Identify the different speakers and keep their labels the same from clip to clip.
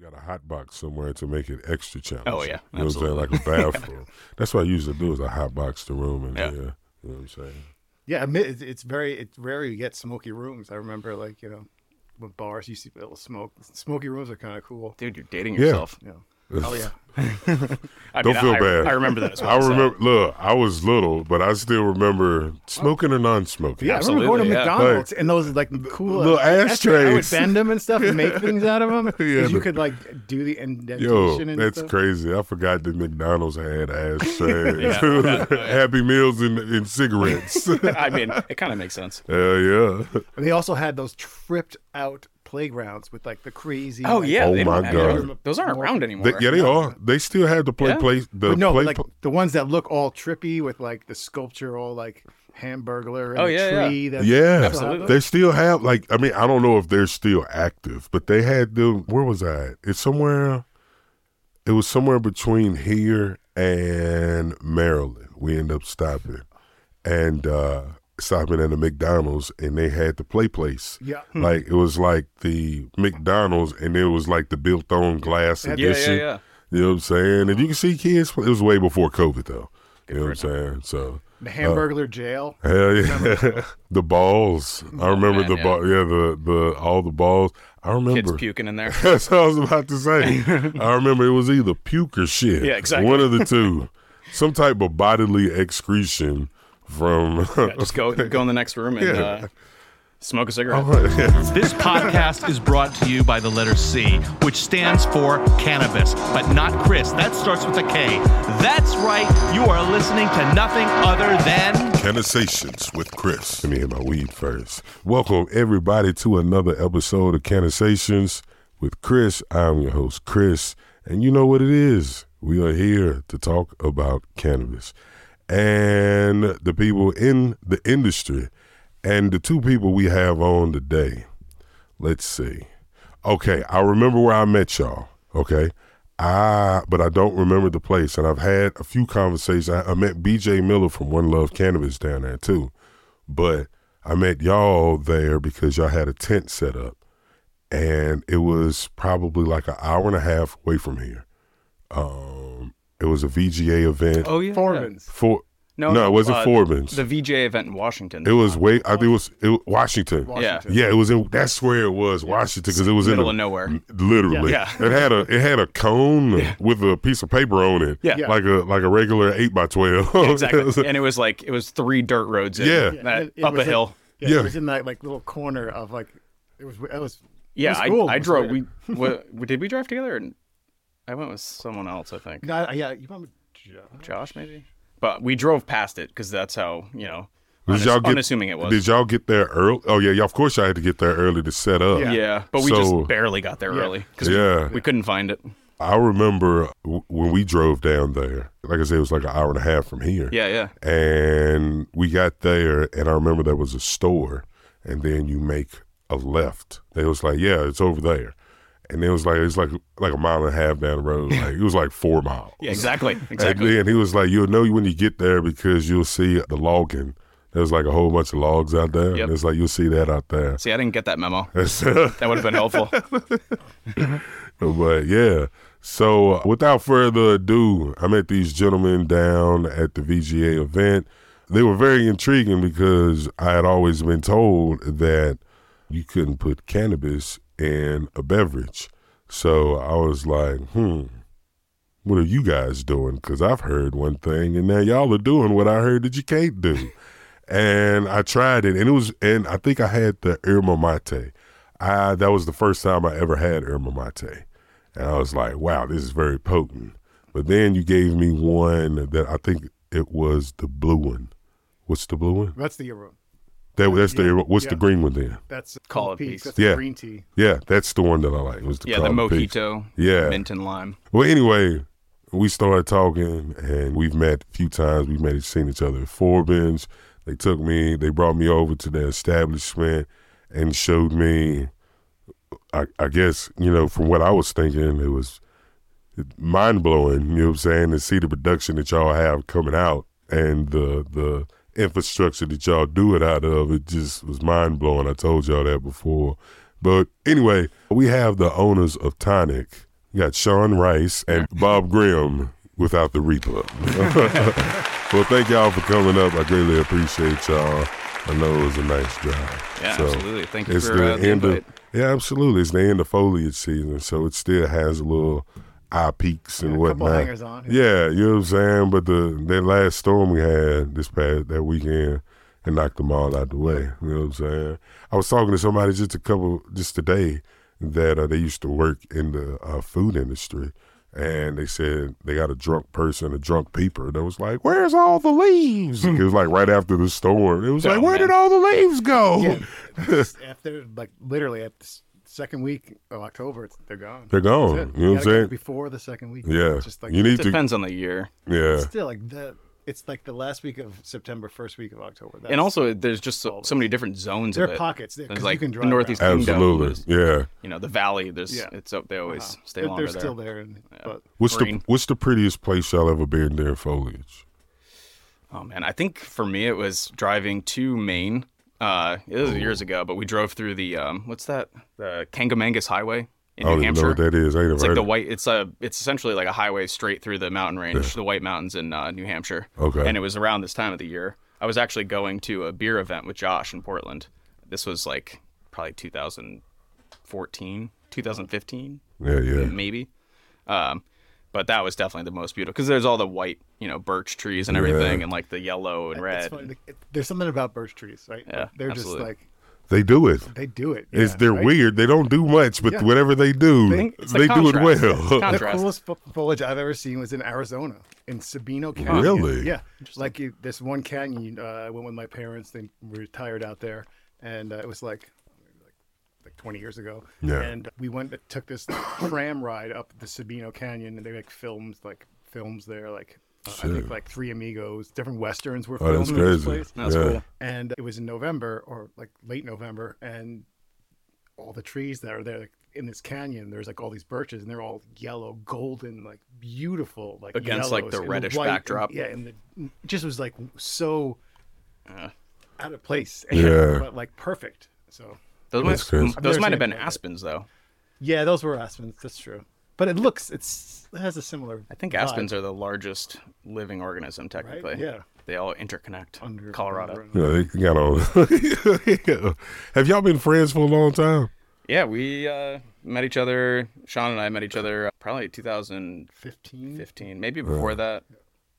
Speaker 1: got a hot box somewhere to make it extra challenging.
Speaker 2: Oh, yeah,
Speaker 1: you know what I'm saying? Like a bathroom. That's what I usually do is I hot box the room in
Speaker 2: Yeah.
Speaker 1: here. You know what I'm saying?
Speaker 3: Yeah, I mean, it's, it's very it's rare you get smoky rooms. I remember like you know when bars used to be able to smoke. Smoky rooms are kind of cool.
Speaker 2: Dude, you're dating
Speaker 1: Yeah.
Speaker 2: yourself.
Speaker 3: Yeah. Oh yeah.
Speaker 2: I
Speaker 1: Don't
Speaker 2: mean,
Speaker 1: feel
Speaker 2: I,
Speaker 1: bad.
Speaker 2: I remember that as well.
Speaker 1: I
Speaker 2: so-
Speaker 1: remember. Look, I was little, but I still remember smoking or non-smoking.
Speaker 3: Yeah, I remember going to
Speaker 2: Absolutely, yeah.
Speaker 3: McDonald's and those like cool
Speaker 1: Little
Speaker 3: I would
Speaker 1: ashtrays.
Speaker 3: bend them and stuff and make things out of them.
Speaker 1: Yeah,
Speaker 3: you
Speaker 1: the-
Speaker 3: could like do the indentation
Speaker 1: Yo,
Speaker 3: and
Speaker 1: that's
Speaker 3: stuff.
Speaker 1: crazy. I forgot that McDonald's had ashtray,
Speaker 2: Yeah.
Speaker 1: Happy Meals, and, and cigarettes. Hell
Speaker 2: I mean, it kind of makes sense.
Speaker 1: yeah.
Speaker 3: And they also had those tripped out playgrounds with like the crazy.
Speaker 2: Oh
Speaker 3: like-
Speaker 2: yeah.
Speaker 1: Oh,
Speaker 2: they don't
Speaker 1: my
Speaker 2: have- those-
Speaker 3: God.
Speaker 2: Those aren't around anymore.
Speaker 1: They- yeah, they are. They still had to play
Speaker 2: Yeah.
Speaker 1: play the
Speaker 3: But no,
Speaker 1: play.
Speaker 3: like
Speaker 1: pl-
Speaker 3: the ones that look all trippy with like the sculpture all like hamburger and
Speaker 2: Oh,
Speaker 3: the
Speaker 2: yeah, yeah.
Speaker 3: tree. That's,
Speaker 1: yeah,
Speaker 2: Absolutely.
Speaker 1: they still have like. I mean, I don't know if they're still active, but they had them. Where was I? at? It's somewhere. It was somewhere between here and Maryland. We end up stopping, and uh stopping at a McDonald's, and they had the play place. Hmm.
Speaker 3: Yeah.
Speaker 1: Like it was like the McDonald's, and it was like the built-on glass
Speaker 3: Yeah,
Speaker 2: Yeah, yeah,
Speaker 1: edition.
Speaker 2: yeah.
Speaker 1: You know what I'm saying? And you can see kids. It was way before COVID, though. you know what I'm saying? So
Speaker 3: The hamburger jail.
Speaker 1: Hell Oh. yeah, the balls. I remember the
Speaker 2: yeah.
Speaker 1: ball. Yeah, the the all the balls. I
Speaker 2: Kids
Speaker 1: remember.
Speaker 2: puking in there.
Speaker 1: That's what I was about to say. I remember it was either puke or shit.
Speaker 2: Yeah, exactly.
Speaker 1: One of the two. Some type of bodily excretion from.
Speaker 2: Yeah, just go go in the next room and
Speaker 1: Yeah. Oh,
Speaker 2: uh, smoke a cigarette.
Speaker 4: This podcast is brought to you by the letter C, which stands for cannabis, but not Chris. That starts with a K. That's right. You are listening to nothing other than
Speaker 1: Conversations with Chris. Let me hit my weed first. Welcome everybody to another episode of Conversations with Chris. I'm your host, Chris, and you know what it is. We are here to talk about cannabis and the people in the industry. And the two people we have on today, let's see. Okay, I remember where I met y'all. Okay, I but I don't remember the place, and I've had a few conversations. I, I met B.J. Miller from One Love Cannabis down there too, but I met y'all there because y'all had a tent set up, and it was probably like an hour and a half away from here. Um, it was a VGA event.
Speaker 2: Oh yeah.
Speaker 3: Foreman's.
Speaker 1: For no, it wasn't
Speaker 2: uh,
Speaker 1: Forbes.
Speaker 2: The VJ event in Washington.
Speaker 1: it was way. I think it was it, Washington.
Speaker 2: yeah.
Speaker 1: Yeah, it was in. That's where it was, Washington, because it was
Speaker 2: Middle
Speaker 1: in
Speaker 2: of
Speaker 1: the-
Speaker 2: nowhere.
Speaker 1: m- Literally,
Speaker 2: Yeah.
Speaker 1: it had a it had a cone with a piece of paper on it.
Speaker 2: Yeah. Yeah.
Speaker 1: like a like a regular eight by twelve.
Speaker 2: Exactly. and it was like it was three dirt roads. In,
Speaker 1: Yeah.
Speaker 2: that-
Speaker 3: It- it
Speaker 2: up a
Speaker 3: was, like-
Speaker 2: hill.
Speaker 3: Yeah,
Speaker 1: Yeah.
Speaker 3: It was in that like little corner of like it was. It was.
Speaker 2: Yeah,
Speaker 3: was
Speaker 2: I,
Speaker 3: cool.
Speaker 2: I
Speaker 3: It was
Speaker 2: drove. We,
Speaker 3: weird.
Speaker 2: wa- we did we drive together? And I went with someone else. I think
Speaker 3: No, I- yeah, you remember? Joe?
Speaker 2: Josh maybe. But we drove past it because that's how you know.
Speaker 1: Did
Speaker 2: unass-
Speaker 1: y'all get?
Speaker 2: unassuming it was.
Speaker 1: Did y'all get there early? Oh yeah, y'all, of course y'all had to get there early to set up.
Speaker 2: yeah. but we
Speaker 1: So-
Speaker 2: just barely got there early because
Speaker 1: Yeah.
Speaker 2: we, couldn't find it.
Speaker 1: I remember w- when we drove down there. Like I said, it was like an hour and a half from here.
Speaker 2: Yeah, yeah.
Speaker 1: and we got there and i remember there was a store and then you make a left they was like yeah it's over there and it was like it's like like a mile and a half down the road like it was like four miles
Speaker 2: Yeah, exactly, exactly.
Speaker 1: and then he was like you'll know when you get there because you'll see the logging there's like a whole bunch of logs out there
Speaker 2: Yep.
Speaker 1: and it's like you'll see that out there
Speaker 2: See, I didn't get that memo. That would have been helpful.
Speaker 1: But yeah, so uh, without further ado, I met these gentlemen down at the VGA event. They were very intriguing because I had always been told that you couldn't put cannabis in a beverage. So I was like, hmm, what are you guys doing? Because I've heard one thing, and now y'all are doing what I heard that you can't do. and I tried it, and it was, and I think I had the Irma Mate. I that was the first time I ever had Irma Mate, and I was like, wow, this is very potent. But then you gave me one that I think it was the blue one. What's the blue one?
Speaker 3: That's the Euro.
Speaker 1: That, that's the what's
Speaker 3: yeah.
Speaker 1: the green one then?
Speaker 3: That's
Speaker 2: Call
Speaker 3: Cold
Speaker 2: it peace.
Speaker 3: That's
Speaker 1: Yeah.
Speaker 3: the green tea.
Speaker 1: Yeah, that's the one that I like. It was the
Speaker 2: Yeah, the
Speaker 1: Call of Peace.
Speaker 2: mojito,
Speaker 1: Yeah.
Speaker 2: mint and lime.
Speaker 1: Well, anyway, we started talking, and we've met a few times. We've met, seen each other at Forbins. They took me, they brought me over to their establishment, and showed me. I, I guess you know, from what I was thinking, it was mind blowing. You know what I'm saying? To see the production that y'all have coming out and the the infrastructure that y'all do it out of, it just was mind blowing. I told y'all that before, but anyway, we have the owners of Tonic You got Sean Rice and Bob Grimm without the Reaper. well, thank y'all for coming up. I greatly appreciate y'all. I know it was a nice drive.
Speaker 2: Yeah,
Speaker 1: So,
Speaker 2: absolutely. Thank you
Speaker 1: it's
Speaker 2: for
Speaker 1: the
Speaker 2: uh, the
Speaker 1: end
Speaker 2: invite.
Speaker 1: of yeah, absolutely. It's the end of foliage season, so it still has a little eye peaks and
Speaker 3: Yeah, a couple
Speaker 1: whatnot.
Speaker 3: hangers on,
Speaker 1: Yeah. you know what I'm saying. But the that last storm we had this past that weekend, it knocked them all out the way. You know what I'm saying. I was talking to somebody just a couple just today that uh, they used to work in the uh, food industry. And they said they got a drunk person, a drunk peeper that was like, "Where's all the leaves?" it was like right after the storm. It was
Speaker 2: Oh,
Speaker 1: like, "Where
Speaker 2: man.
Speaker 1: did all the leaves go?"
Speaker 3: Yeah. after like literally at the s- second week of October, it's, they're gone.
Speaker 1: They're gone.
Speaker 3: That's it.
Speaker 1: You know what I'm
Speaker 3: gotta get it
Speaker 1: saying?
Speaker 3: Before the second week.
Speaker 1: Yeah.
Speaker 3: It's just like
Speaker 1: you need to.
Speaker 2: Depends on the year.
Speaker 1: Yeah.
Speaker 3: still like the it's like the last week of September, first week of October. That's,
Speaker 2: And also, there's just so, so many different zones
Speaker 3: there
Speaker 2: of
Speaker 3: are
Speaker 2: it.
Speaker 3: pockets there
Speaker 2: There's,
Speaker 3: because
Speaker 2: like,
Speaker 3: you can
Speaker 2: the
Speaker 3: drive
Speaker 2: Northeast
Speaker 3: around.
Speaker 1: Absolutely. Yeah.
Speaker 2: You know, the valley. There's
Speaker 3: Yeah.
Speaker 2: it's up. They always
Speaker 3: Uh-huh.
Speaker 2: stay
Speaker 3: But
Speaker 2: longer
Speaker 3: they're
Speaker 2: there.
Speaker 3: still there. and- But
Speaker 1: What's
Speaker 2: Green.
Speaker 1: the What's the prettiest place y'all ever been there in foliage?
Speaker 2: Oh man, I think for me it was driving to Maine. Uh, it was years ago, but we drove through the um, what's that? The Kangamangas Highway in
Speaker 1: I
Speaker 2: New
Speaker 1: don't even know
Speaker 2: Hampshire.
Speaker 1: what that is. I ain't
Speaker 2: It's
Speaker 1: never heard.
Speaker 2: like the
Speaker 1: Oh, of it.
Speaker 2: white. It's a. It's essentially like a highway straight through the mountain range, the White Mountains in uh, New Hampshire.
Speaker 1: Okay.
Speaker 2: And it was around this time of the year. I was actually going to a beer event with Josh in Portland. This was like probably 2014, 2015,
Speaker 1: yeah, yeah.
Speaker 2: maybe. Um, but that was definitely the most beautiful because there's all the white, you know, birch trees and everything, and like the yellow and
Speaker 3: it's
Speaker 2: red.
Speaker 3: funny. like, it- There's something about birch trees, right?
Speaker 2: Yeah,
Speaker 3: They're
Speaker 2: absolutely.
Speaker 3: just like
Speaker 1: They do it.
Speaker 3: they do it.
Speaker 1: It's
Speaker 3: yeah,
Speaker 1: they're
Speaker 3: right?
Speaker 1: weird. They don't do much, but
Speaker 3: Yeah.
Speaker 1: whatever they do,
Speaker 3: They-
Speaker 2: it's
Speaker 1: they
Speaker 2: the
Speaker 1: do it
Speaker 2: contrast. It's the
Speaker 1: well.
Speaker 2: contrast.
Speaker 3: The coolest fo- foliage I've ever seen was in Arizona, in Sabino Canyon.
Speaker 1: Really?
Speaker 3: Yeah. Like you, this one canyon, uh, I went with my parents, then we retired out there, and uh, it was like, like, like 20 years ago.
Speaker 1: Yeah.
Speaker 3: And we went, took this tram ride up the Sabino Canyon, and they like filmed like films there, like uh, I think like Three Amigos, different westerns were
Speaker 1: Oh,
Speaker 3: filmed
Speaker 1: that's
Speaker 3: in
Speaker 1: crazy.
Speaker 3: this place
Speaker 2: That's
Speaker 1: yeah.
Speaker 2: cool.
Speaker 3: and it was in November or like late November, and all the trees that are there like, in this canyon, there's like all these birches, and they're all yellow, golden, like beautiful, like
Speaker 2: Against, like, the
Speaker 3: yellows and
Speaker 2: reddish
Speaker 3: white, and-
Speaker 2: backdrop.
Speaker 3: yeah, and the, it just was like so
Speaker 2: Yeah.
Speaker 3: out of place.
Speaker 1: Yeah.
Speaker 3: but like perfect. So
Speaker 2: Those
Speaker 1: That's
Speaker 2: might,
Speaker 1: crazy.
Speaker 2: those
Speaker 3: I've
Speaker 2: might
Speaker 3: never
Speaker 2: have been
Speaker 3: seen it.
Speaker 2: aspens though.
Speaker 3: yeah, those were aspens. That's true. But it looks it's it has a similar.
Speaker 2: I think aspens are the largest living organism technically.
Speaker 3: Yeah.
Speaker 2: They all interconnect.
Speaker 3: Under-
Speaker 2: Colorado.
Speaker 3: under-
Speaker 1: Yeah, they got on. Have y'all been friends for a long time?
Speaker 2: Yeah, we uh, met each other. Sean and I met each other uh, probably 2015,
Speaker 3: fifteen.
Speaker 2: maybe before that.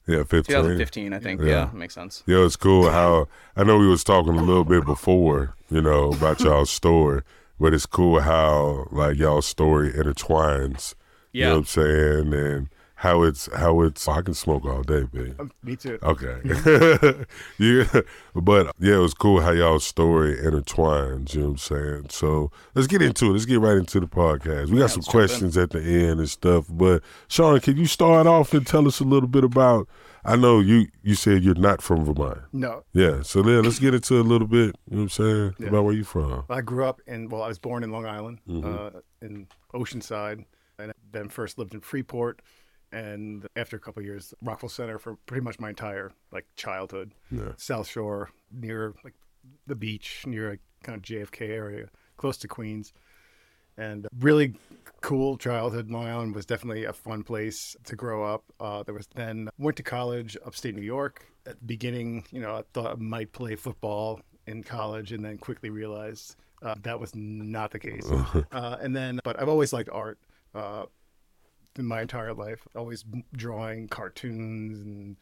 Speaker 1: Yeah, fifteen.
Speaker 2: 2015, I think. Yeah,
Speaker 1: Yeah.
Speaker 2: makes sense.
Speaker 1: Yeah, it's cool how I know we was talking a little bit before, you know, about y'all's story, but it's cool how like y'all's story intertwines. You know
Speaker 2: Yeah.
Speaker 1: what I'm saying? And how it's how it's I can smoke all day, baby.
Speaker 3: Me too.
Speaker 1: Oh. Okay. yeah. But yeah, it was cool how y'all's story intertwines, you know what I'm saying? So let's get into it. Let's get right into the podcast. We got some questions at the end and stuff. But Sean, can you start off and tell us a little bit about I know you you said you're not from Vermont.
Speaker 3: No,
Speaker 1: Yeah. So then let's get into a little bit, you know what I'm saying, about where you from.
Speaker 3: I grew up in, well, I was born in Long Island, uh, in Oceanside, and then first lived in Freeport. And after a couple of years, Rockville Center for pretty much my entire like childhood. South Shore, near like the beach, near a kind of JFK area, close to Queens. And really cool childhood. Long Island was definitely a fun place to grow up. Uh, there was then went to college upstate New York. At the beginning, you know, I thought I might play football in college, and then quickly realized uh, that was not the case. uh, and then, but I've always liked art. Uh, in my entire life, always drawing cartoons and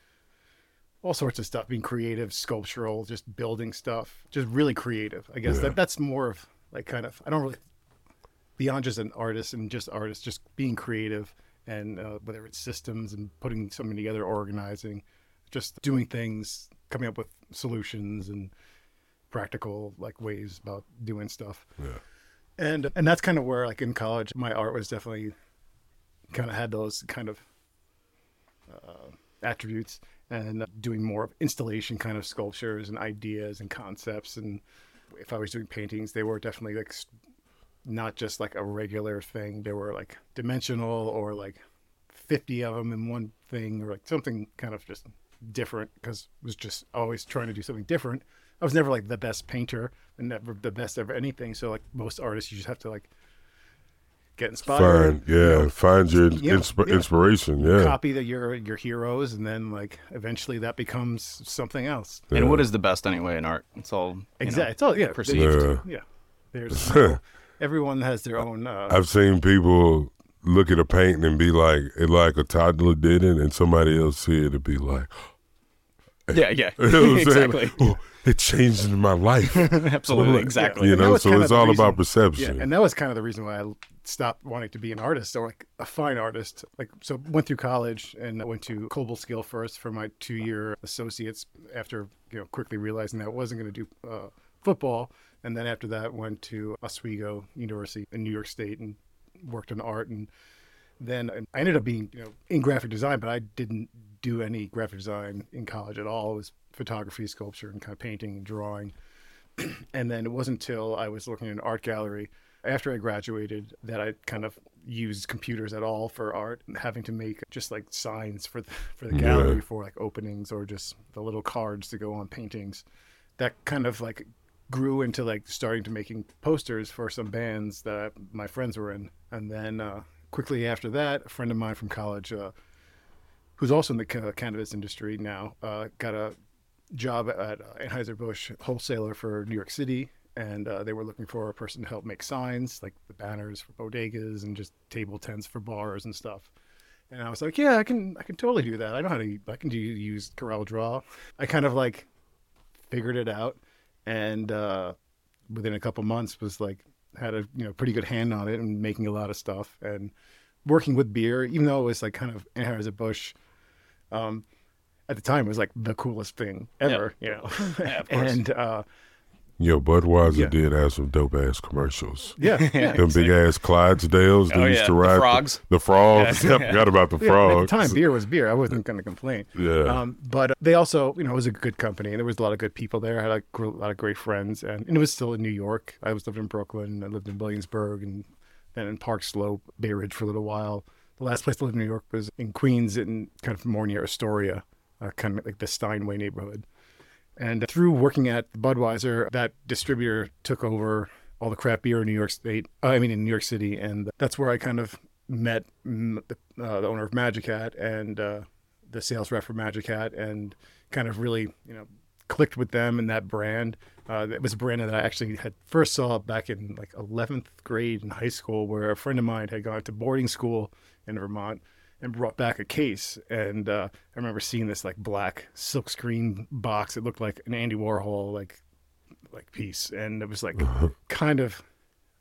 Speaker 3: all sorts of stuff, being creative, sculptural, just building stuff, just really creative. I guess that that's more of like kind of I don't really beyond just an artist and just artists, just being creative and uh, whether it's systems and putting something together, organizing, just doing things, coming up with solutions and practical like ways about doing stuff. Yeah. And and that's kind of where like in college, my art was definitely kind of had those kind of attributes and uh, doing more of installation kind of sculptures and ideas and concepts and if i was doing paintings they were definitely like s- not just like a regular thing they were like dimensional or like 50 of them in one thing or like something kind of just different because was just always trying to do something different i was never like the best painter and never the best ever anything so like most artists you just have to like get
Speaker 1: Find
Speaker 3: inspired,
Speaker 1: yeah, find your
Speaker 3: Yeah,
Speaker 1: insp-
Speaker 3: yeah.
Speaker 1: inspiration. Yeah,
Speaker 3: copy the, your your heroes, and then like eventually that becomes something else.
Speaker 2: And what is the best anyway in art? It's all you know,
Speaker 3: Exactly. It's all yeah.
Speaker 2: perceived.
Speaker 1: Yeah.
Speaker 3: Yeah. There's everyone has their own. Uh,
Speaker 1: I've seen people look at a painting and be like, it like a toddler did it, and somebody else see it and be like,
Speaker 2: Yeah, yeah,
Speaker 1: you know what I'm
Speaker 2: exactly,
Speaker 1: saying? Oh, it changed my life.
Speaker 2: absolutely, exactly.
Speaker 1: You
Speaker 3: And that
Speaker 1: know,
Speaker 3: was
Speaker 1: so
Speaker 3: kind
Speaker 1: it's
Speaker 3: of the
Speaker 1: all about
Speaker 3: reason-
Speaker 1: perception.
Speaker 3: Yeah, and that was kind of the reason why I stopped wanting to be an artist or like a fine artist. Like, so went through college and I went to Cobleskill first for my two-year associates. After you know, quickly realizing that I wasn't going to do uh, football, and then after that went to Oswego University in New York State and worked in art and then and I ended up being you know in graphic design, but I didn't do any graphic design in college at all. It was photography, sculpture, and kind of painting and drawing. and then it wasn't until I was looking at an art gallery after I graduated that I kind of used computers at all for art, having to make just like signs for the, for the gallery for like openings or just the little cards to go on paintings. That kind of like grew into like starting to making posters for some bands that I, my friends were in and then uh, quickly after that a friend of mine from college uh, who's also in the ca- cannabis industry now uh, got a job at uh, anheuser-busch wholesaler for new york city and uh, they were looking for a person to help make signs like the banners for bodegas and just table tents for bars and stuff and I was like, yeah, I can, I can totally do that. I know how to, I can do use Corel Draw. I kind of like figured it out and uh, within a couple months was like had a you know pretty good hand on it and making a lot of stuff and working with beer even though it was like kind of anheuser bush um, at the time it was like the coolest thing ever you know and uh,
Speaker 1: Yo, Budweiser
Speaker 3: Yeah.
Speaker 1: did have some dope ass commercials.
Speaker 3: yeah, yeah.
Speaker 1: Them big ass Clydesdales they
Speaker 2: Oh,
Speaker 1: used
Speaker 2: yeah,
Speaker 1: to
Speaker 2: the
Speaker 1: ride
Speaker 2: frogs.
Speaker 1: The, frogs. I forgot about the
Speaker 3: Yeah,
Speaker 1: frogs.
Speaker 3: At the time, beer was beer. I wasn't going to complain.
Speaker 1: Yeah.
Speaker 3: Um, but they also, you know, it was a good company, and there was a lot of good people there. I had a, gr- a lot of great friends, and, and it was still in New York. I was lived in Brooklyn. I lived in Williamsburg, and then in Park Slope, Bay Ridge for a little while. The last place I lived in New York was in Queens, in kind of more near Astoria, uh, kind of like the Steinway neighborhood. And through working at Budweiser, that distributor took over all the crap beer in New York State. I mean, in New York City, and that's where I kind of met mm, the, uh, the owner of Magic Hat and uh, the sales rep for Magic Hat, and kind of really, you know, clicked with them and that brand. Uh, it was a brand that I actually had first saw back in like 11th grade in high school, where a friend of mine had gone to boarding school in Vermont and brought back a case. And uh, I remember seeing this like black silkscreen box. It looked like an Andy Warhol like like piece, and it was like kind of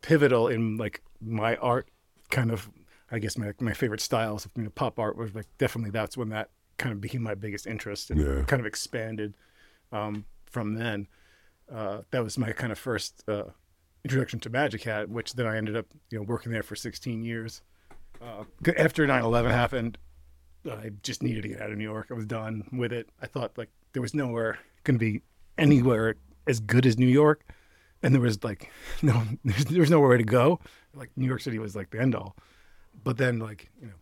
Speaker 3: pivotal in like my art kind of I guess my my favorite styles of you know, pop art was like definitely that's when that kind of became my biggest interest and
Speaker 1: Yeah.
Speaker 3: kind of expanded um, from then. Uh, that was my kind of first uh, introduction to Magic Hat, which then I ended up you know working there for 16 years. Uh, after 9/11 happened, I just needed to get out of New York. I was done with it. I thought like there was nowhere going to be anywhere as good as New York, and there was like no, there's, there was nowhere to go. Like New York City was like the end all. But then like you know,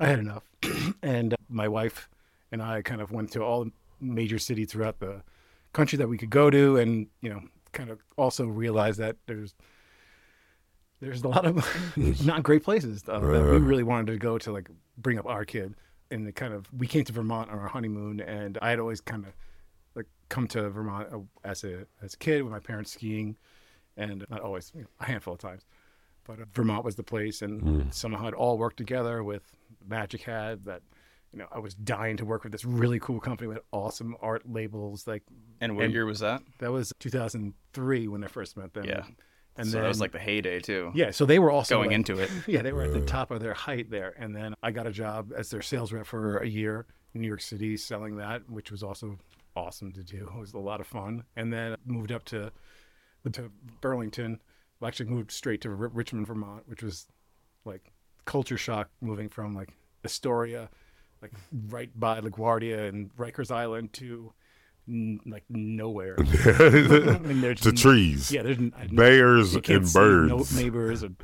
Speaker 3: I had enough, and uh, my wife and I kind of went to all the major cities throughout the country that we could go to, and you know, kind of also realized that there's there's a lot of not great places uh, that we really wanted to go to like bring up our kid and the kind of we came to vermont on our honeymoon and i had always kind of like come to vermont uh, as a as a kid with my parents skiing and not always you know, a handful of times but uh, vermont was the place and
Speaker 2: Hmm.
Speaker 3: somehow it all worked together with magic hat that you know i was dying to work with this really cool company with awesome art labels like
Speaker 2: And what year was that?
Speaker 3: that was 2003 when i first met them
Speaker 2: Yeah.
Speaker 3: and
Speaker 2: so
Speaker 3: then
Speaker 2: that was like the heyday too.
Speaker 3: yeah so they were also
Speaker 2: Going
Speaker 3: like,
Speaker 2: into it.
Speaker 3: yeah, they were at the top of their height there. And then I got a job as their sales rep for a year in New York City selling that, which was also awesome to do. It was a lot of fun. And then moved up to to Burlington. Well, actually moved straight to R- Richmond, Vermont, which was like culture shock moving from like Astoria, like right by LaGuardia and Rikers Island to n- like nowhere. I mean, there's
Speaker 1: to
Speaker 3: n-
Speaker 1: trees.
Speaker 3: Yeah, there's n- I-
Speaker 1: Bears
Speaker 3: you can't
Speaker 1: and
Speaker 3: see no
Speaker 1: birds.
Speaker 3: neighbors. And,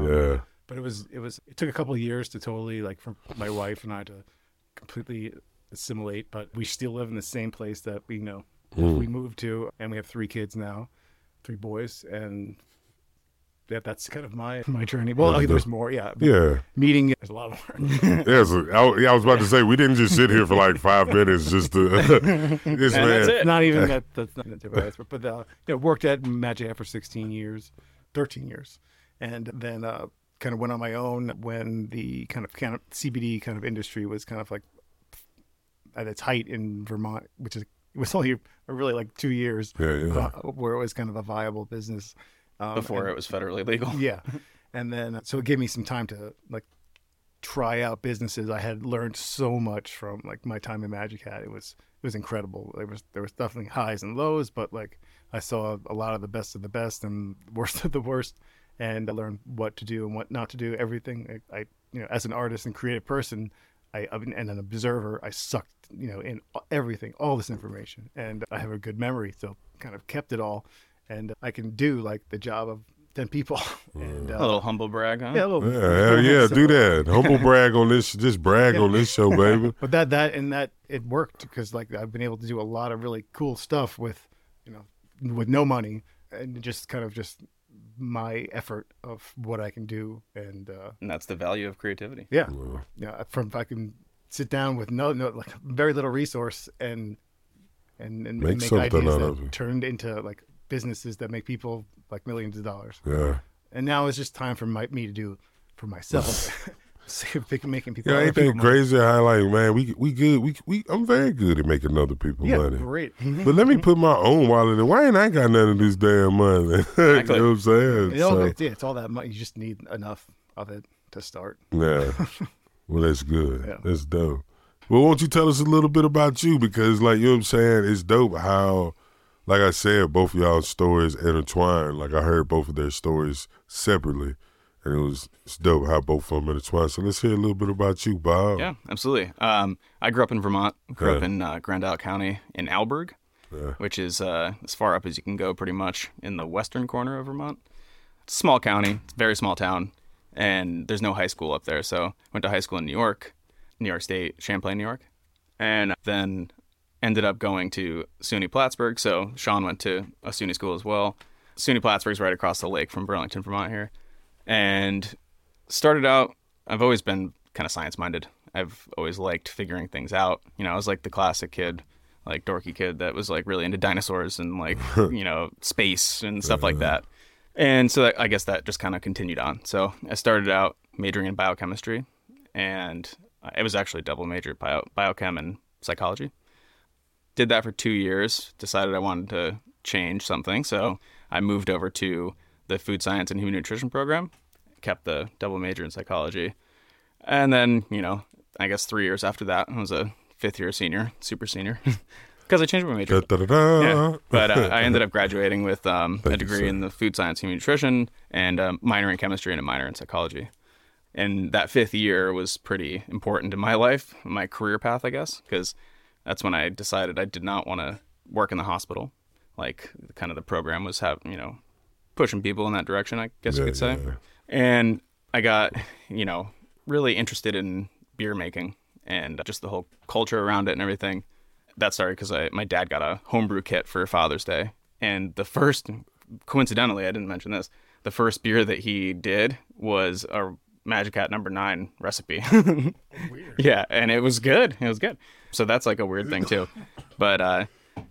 Speaker 3: um,
Speaker 1: Yeah.
Speaker 3: but it was it was it took a couple of years to totally like for my wife and I to completely assimilate, but we still live in the same place that we know
Speaker 1: Hmm.
Speaker 3: we moved to, and we have three kids now, three boys, and that that's kind of my my journey. Well,
Speaker 1: Yeah,
Speaker 3: okay,
Speaker 1: the-
Speaker 3: there's more. Yeah, but
Speaker 1: Yeah.
Speaker 3: meeting. There's a lot more.
Speaker 1: There's a, I, yeah, I was about to say we didn't just sit here for like five minutes just to this
Speaker 2: And
Speaker 1: man.
Speaker 2: that's it.
Speaker 3: not even that. That's not the answer, but uh, you know, worked at Magic for 16 years, 13 years, and then uh, kind of went on my own when the kind of kind of CBD kind of industry was kind of like at its height in Vermont, which is it was only really like two years
Speaker 1: Yeah, yeah.
Speaker 3: uh, where it was kind of a viable business. Um,
Speaker 2: before
Speaker 3: and-
Speaker 2: it was federally legal.
Speaker 3: yeah and then so it gave me some time to like try out businesses i had learned so much from like my time in magic hat it was it was incredible there was there was definitely highs and lows but like i saw a lot of the best of the best and worst of the worst and i learned what to do and what not to do everything i, I you know as an artist and creative person I, I'm- and an observer, I sucked, you know, in everything, all this information, and I have a good memory, so kind of kept it all, and I can do like the job of ten people, and
Speaker 2: A
Speaker 3: uh,
Speaker 2: little humble brag, huh?
Speaker 3: yeah, a little,
Speaker 1: Yeah, Oh. hell yeah,
Speaker 3: so-
Speaker 1: do that. Humble brag on this. Just brag on this show, baby.
Speaker 3: But that that and that it worked because like I've been able to do a lot of really cool stuff with, you know, with no money and just kind of just my effort of what I can do, and uh,
Speaker 2: And that's the value of creativity.
Speaker 3: yeah, yeah, from if I can sit down with no, no, like very little resource and and and
Speaker 1: Make
Speaker 3: make,
Speaker 1: something
Speaker 3: ideas
Speaker 1: out
Speaker 3: that
Speaker 1: of it.
Speaker 3: turned into like businesses that make people like millions of dollars.
Speaker 1: Yeah.
Speaker 3: And now it's just time for my, me to do for myself. See if they can making people.
Speaker 1: Yeah,
Speaker 3: other
Speaker 1: ain't that
Speaker 3: people money.
Speaker 1: crazy how like, man, we we good. We we I'm very good at making other people
Speaker 3: Yeah,
Speaker 1: money.
Speaker 3: great. Mm-hmm.
Speaker 1: But let me put my own wallet in. Why ain't I got none of this damn money? you
Speaker 2: Exactly.
Speaker 1: know what I'm saying?
Speaker 3: It all,
Speaker 1: So,
Speaker 3: it's, yeah, it's all that money. You just need enough of it to start.
Speaker 1: yeah. Well, that's good.
Speaker 3: Yeah.
Speaker 1: That's dope. Well, won't you tell us a little bit about you? Because, like, you know what I'm saying? It's dope how, like I said, both of y'all's stories intertwine. Like, I heard both of their stories separately. And it was it's dope how both of them intertwine. So let's hear a little bit about you, Bob.
Speaker 2: Yeah, absolutely. Um, I grew up in Vermont. Grew up
Speaker 1: Okay.
Speaker 2: in uh, Grand Isle County in Alberg, which is uh, as far up as you can go, pretty much in the western corner of Vermont. It's a small county, it's a very small town, and there's no high school up there. So went to high school in New York, New York State, Champlain, New York, and then ended up going to SUNY Plattsburgh. So Sean went to a SUNY school as well. SUNY Plattsburgh's right across the lake from Burlington, Vermont here, and started out i've always been kind of science minded i've always liked figuring things out you know i was like the classic kid like dorky kid that was like really into dinosaurs and like you know space and stuff like that and so that, i guess that just kind of continued on so i started out majoring in biochemistry and uh, it was actually a double major bio, biochem and psychology did that for two years decided i wanted to change something so i moved over to the food science and human nutrition program kept the double major in psychology and then you know i guess three years after that i was a fifth year senior super senior because i changed my major
Speaker 1: Da, da, da, da.
Speaker 2: yeah. But uh, I ended up graduating with um, a degree in the food science, human nutrition, and a minor in chemistry and a minor in psychology. And that fifth year was pretty important in my life, my career path, I guess, because that's when I decided I did not want to work in the hospital. Like, kind of the program was, have you know, pushing people in that direction, I guess
Speaker 1: Yeah,
Speaker 2: you could say.
Speaker 1: yeah.
Speaker 2: And I got, you know, really interested in beer making and just the whole culture around it and everything. That's sorry because I my dad got a homebrew kit for Father's Day, and the first, coincidentally, I didn't mention this. The first beer that he did was a Magic Hat Number Nine recipe. Yeah, and it was good. It was good. So that's like a weird thing too, but uh,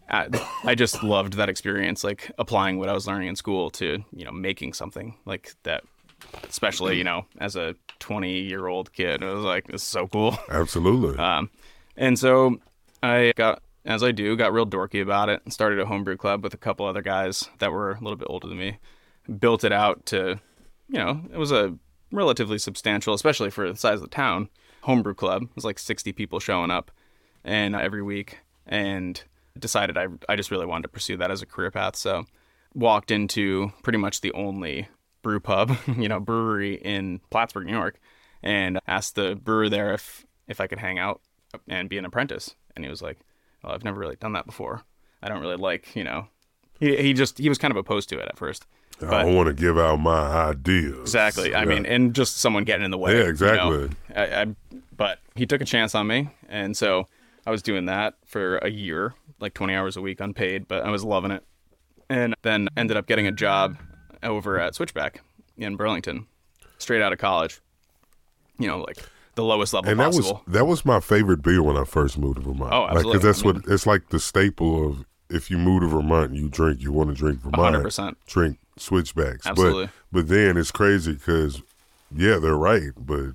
Speaker 2: I, I just loved that experience, like applying what I was learning in school to you know making something like that. Especially you know as a twenty year old kid, it was like this is so cool.
Speaker 1: Absolutely.
Speaker 2: Um, and so I got, as I do, got real dorky about it and started a homebrew club with a couple other guys that were a little bit older than me. Built it out to, you know, it was a relatively substantial, especially for the size of the town, homebrew club. It was like 60 people showing up and uh, every week and decided I, I just really wanted to pursue that as a career path. So walked into pretty much the only brew pub, you know, brewery in Plattsburgh, New York, and asked the brewer there if if I could hang out and be an apprentice. And he was like, "Well, I've never really done that before. I don't really like, you know." He he just he was kind of opposed to it at first.
Speaker 1: I don't want to give out my ideas.
Speaker 2: Exactly. I
Speaker 1: Oh, Yeah.
Speaker 2: mean, and just someone getting in the way.
Speaker 1: Yeah,
Speaker 2: you know?
Speaker 1: exactly.
Speaker 2: I, I, but he took a chance on me, and so I was doing that for a year, like 20 hours a week, unpaid. But I was loving it, and then ended up getting a job over at Switchback in Burlington, straight out of college. You know, like the lowest level
Speaker 1: and that was
Speaker 2: possible.
Speaker 1: that was my favorite beer when I first moved to Vermont.
Speaker 2: Oh, absolutely.
Speaker 1: Because that's
Speaker 2: I mean-
Speaker 1: what it's like the staple of if you move to Vermont, you drink. You want to drink Vermont.
Speaker 2: 100%.
Speaker 1: Drink Switchbacks.
Speaker 2: Absolutely.
Speaker 1: But but then it's crazy because yeah, they're right, but.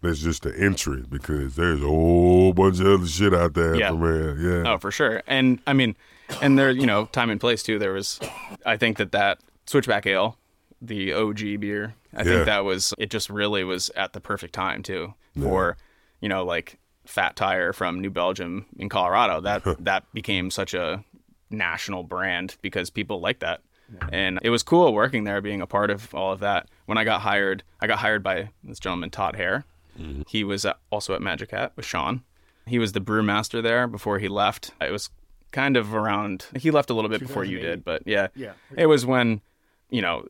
Speaker 1: That's just the entry because there's a whole bunch of other shit out there,
Speaker 2: Yeah.
Speaker 1: for man. Yeah,
Speaker 2: Oh, for sure. And I mean, and there, you know, time and place too. There was, I think that that Switchback Ale, the OG beer, I
Speaker 1: Yeah.
Speaker 2: think that was, it just really was at the perfect time too for, you know, like Fat Tire from New Belgium in Colorado. That, that became such a national brand because people like that. And it was cool working there, being a part of all of that. When I got hired, I got hired by this gentleman, Todd Hare. He was at, also at Magic Hat with Sean. He was the brewmaster there before he left. It was kind of around. He left a little bit before you did, but yeah,
Speaker 3: Yeah.
Speaker 2: It was when you know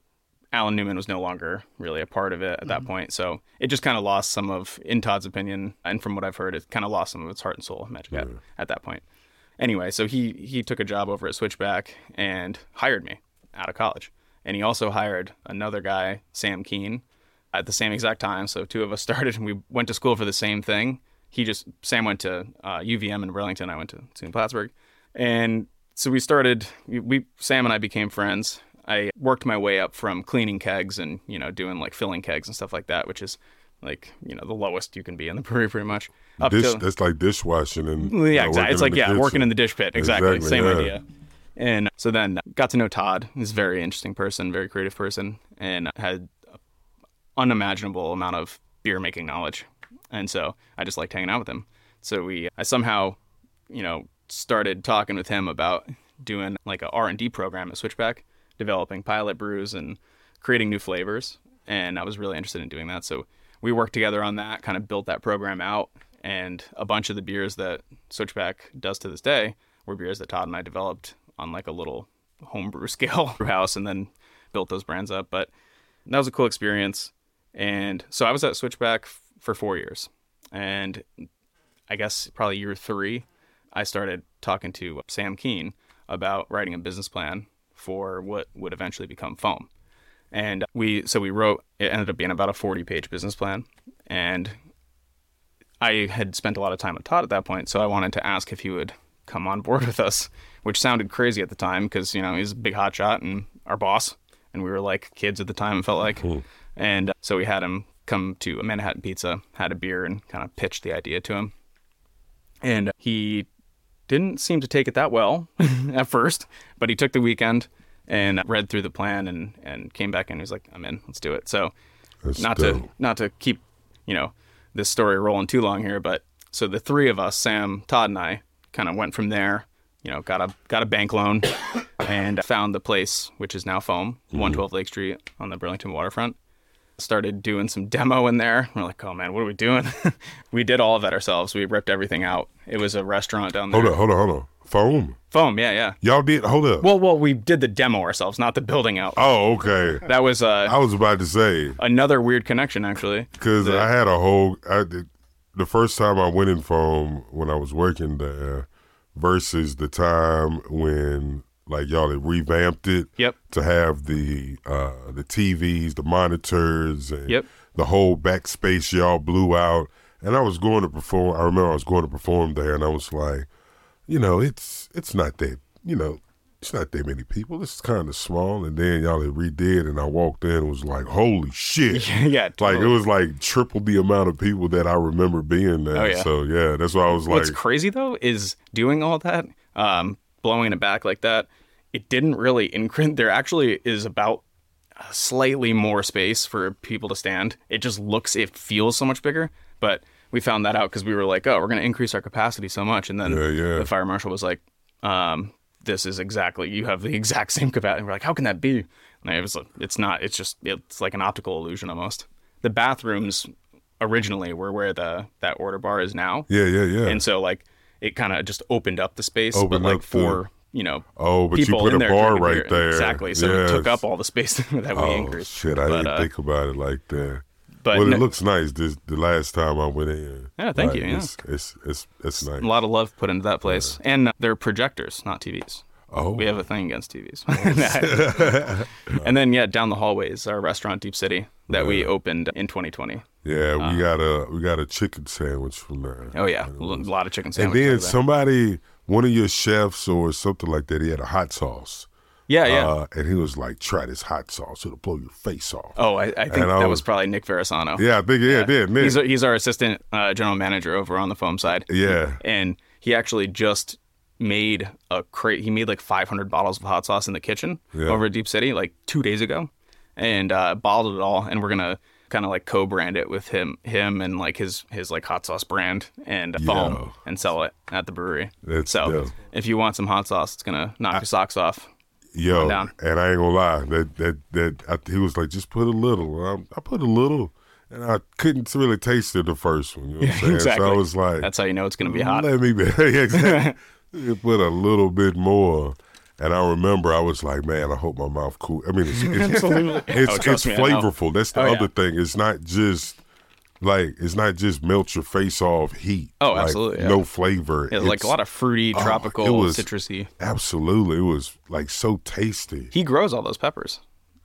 Speaker 2: Alan Newman was no longer really a part of it at that point. So it just kind of lost some of, in Todd's opinion, and from what I've heard, it kind of lost some of its heart and soul. Magic Hat at that point. Anyway, so he he took a job over at Switchback and hired me out of college, and he also hired another guy, Sam Keen, at the same exact time. So two of us started and we went to school for the same thing. He just Sam went to uh, UVM in Burlington. I went to SUNY Plattsburgh, and so we started. We, we Sam and I became friends. I worked my way up from cleaning kegs and you know doing like filling kegs and stuff like that, which is like you know the lowest you can be in the brewery pretty much. Up
Speaker 1: Dish,
Speaker 2: to-
Speaker 1: that's like dishwashing and
Speaker 2: well,
Speaker 1: you
Speaker 2: Yeah,
Speaker 1: know,
Speaker 2: exactly.
Speaker 1: working
Speaker 2: It's like
Speaker 1: the
Speaker 2: yeah, working
Speaker 1: kitchen.
Speaker 2: in the dish pit. Exactly,
Speaker 1: Exactly,
Speaker 2: same
Speaker 1: yeah.
Speaker 2: idea. And so then got to know Todd. He's a very interesting person, very creative person, and had unimaginable amount of beer making knowledge. And so I just liked hanging out with him. So we, I somehow, you know, started talking with him about doing like a R and D program at Switchback, developing pilot brews and creating new flavors. And I was really interested in doing that. So we worked together on that, kind of built that program out. And a bunch of the beers that Switchback does to this day were beers that Todd and I developed on like a little homebrew scale brew house and then built those brands up. But and that was a cool experience. And so I was at Switchback f- for four years. And I guess probably year three, I started talking to Sam Keen about writing a business plan for what would eventually become Foam. And we, so we wrote, it ended up being about a 40 page business plan. And I had spent a lot of time with Todd at that point, so I wanted to ask if he would come on board with us, which sounded crazy at the time because you know he's a big hotshot and our boss, and we were like kids at the time. It felt like, and uh, so we had him come to a Manhattan Pizza, had a beer, and kind of pitched the idea to him, and uh, he didn't seem to take it that well at first, but he took the weekend and read through the plan and and came back and he was like, "I'm in, let's do it." So
Speaker 1: That's
Speaker 2: not
Speaker 1: dope.
Speaker 2: to not to keep you know this story rolling too long here, but so the three of us, Sam, Todd, and I, kind of went from there. You know, got a got a bank loan and found the place, which is now Foam,
Speaker 1: Mm-hmm.
Speaker 2: one twelve Lake Street on the Burlington waterfront. Started doing some demo in there. We're like, oh man, what are we doing? we did all of that ourselves. We ripped everything out. It was a restaurant down there.
Speaker 1: Hold on, hold on, hold on. Foam.
Speaker 2: Foam, yeah, yeah.
Speaker 1: Y'all did. Hold up.
Speaker 2: Well, well, we did the demo ourselves, not the building out.
Speaker 1: oh, okay.
Speaker 2: That was uh,
Speaker 1: I was about to say
Speaker 2: another weird connection, actually.
Speaker 1: because
Speaker 2: The-
Speaker 1: I had a whole. I did, the first time I went in foam when I was working there, versus the time when like y'all had revamped it.
Speaker 2: Yep.
Speaker 1: To have the uh the TVs, the monitors, and
Speaker 2: Yep.
Speaker 1: the whole backspace y'all blew out. And I was going to perform. I remember I was going to perform there, and I was like, you know, it's it's not that you know, it's not that many people. This is kind of small. And then y'all had redid, and I walked in and was like, holy shit!
Speaker 2: yeah,
Speaker 1: Like
Speaker 2: totally.
Speaker 1: it was like triple the amount of people that I remember being there.
Speaker 2: Oh, yeah.
Speaker 1: So yeah, that's why I was like,
Speaker 2: What's crazy though is doing all that, um, blowing it back like that. It didn't really increase. There actually is about slightly more space for people to stand. It just looks, it feels so much bigger. But we found that out because we were like, oh, we're going to increase our capacity so much, and then
Speaker 1: Yeah, yeah.
Speaker 2: the fire marshal was like, um, this is exactly you have the exact same capacity. And we're like, how can that be? And it was, like, it's not. It's just it's like an optical illusion almost. The bathrooms originally were where the that order bar is now.
Speaker 1: yeah, yeah, yeah.
Speaker 2: And so like it kind of just opened up the space,
Speaker 1: Opened
Speaker 2: but like
Speaker 1: up the-
Speaker 2: for you know
Speaker 1: Oh, but you
Speaker 2: people
Speaker 1: put
Speaker 2: in
Speaker 1: a
Speaker 2: there
Speaker 1: bar
Speaker 2: drinking
Speaker 1: right
Speaker 2: beer.
Speaker 1: there.
Speaker 2: exactly. So it took
Speaker 1: Yes.
Speaker 2: up all the space that we
Speaker 1: oh
Speaker 2: increased.
Speaker 1: shit, I
Speaker 2: But,
Speaker 1: didn't
Speaker 2: uh,
Speaker 1: think about it like that.
Speaker 2: but
Speaker 1: well, it
Speaker 2: no-
Speaker 1: looks nice. This the last time I went in.
Speaker 2: Yeah, thank you, yeah.
Speaker 1: It's, it's it's it's nice.
Speaker 2: A lot of love put into that place, and their projectors, not TVs.
Speaker 1: Oh,
Speaker 2: We have a thing against TVs. and then yeah, down the hallway is our restaurant Deep City that we opened in 2020.
Speaker 1: yeah.
Speaker 2: uh,
Speaker 1: We got a we got a chicken sandwich from there.
Speaker 2: Oh yeah, a lot of chicken
Speaker 1: and
Speaker 2: sandwiches.
Speaker 1: then
Speaker 2: over there.
Speaker 1: somebody, one of your chefs or something like that, he had a hot sauce.
Speaker 2: yeah, Oh, yeah.
Speaker 1: Uh, and he was like, "Try this hot sauce; it'll blow your face off."
Speaker 2: oh, I, I think
Speaker 1: and I
Speaker 2: that was,
Speaker 1: was-
Speaker 2: probably Nick Verasano.
Speaker 1: Yeah, I think yeah, it did. Nick.
Speaker 2: He's, he's our assistant uh, general manager over on the foam side.
Speaker 1: yeah,
Speaker 2: and he actually just made a crate. He made like 500 bottles of hot sauce in the kitchen
Speaker 1: Yeah.
Speaker 2: over at Deep City like two days ago, and uh, bottled it all. And we're gonna kind of like co-brand it with him, him and like his his like hot sauce brand and
Speaker 1: Yo.
Speaker 2: foam, and sell it at the brewery.
Speaker 1: That's
Speaker 2: so
Speaker 1: dope.
Speaker 2: if you want some hot sauce, it's gonna knock your socks off.
Speaker 1: yo,
Speaker 2: down.
Speaker 1: and I ain't gonna lie, that that that I, he was like, "Just put a little." And I, I put a little, and I couldn't really taste it the first one. You know what I'm saying?
Speaker 2: exactly.
Speaker 1: So I was like,
Speaker 2: That's how you know it's gonna be hot.
Speaker 1: Let me be. Yeah, exactly. You put a little bit more. And I remember I was like, man, I hope my mouth cool. I mean, it's, it's, it's,
Speaker 2: Oh,
Speaker 1: it's
Speaker 2: trust me, I know.
Speaker 1: flavorful. That's the
Speaker 2: Oh, yeah.
Speaker 1: other thing. It's not just like, it's not just melt your face off heat.
Speaker 2: Oh,
Speaker 1: Like,
Speaker 2: absolutely, yeah.
Speaker 1: No flavor.
Speaker 2: Yeah, like a lot of fruity,
Speaker 1: Oh, it
Speaker 2: tropical,
Speaker 1: was-
Speaker 2: citrusy.
Speaker 1: Absolutely. It was like so tasty.
Speaker 2: He grows all those peppers.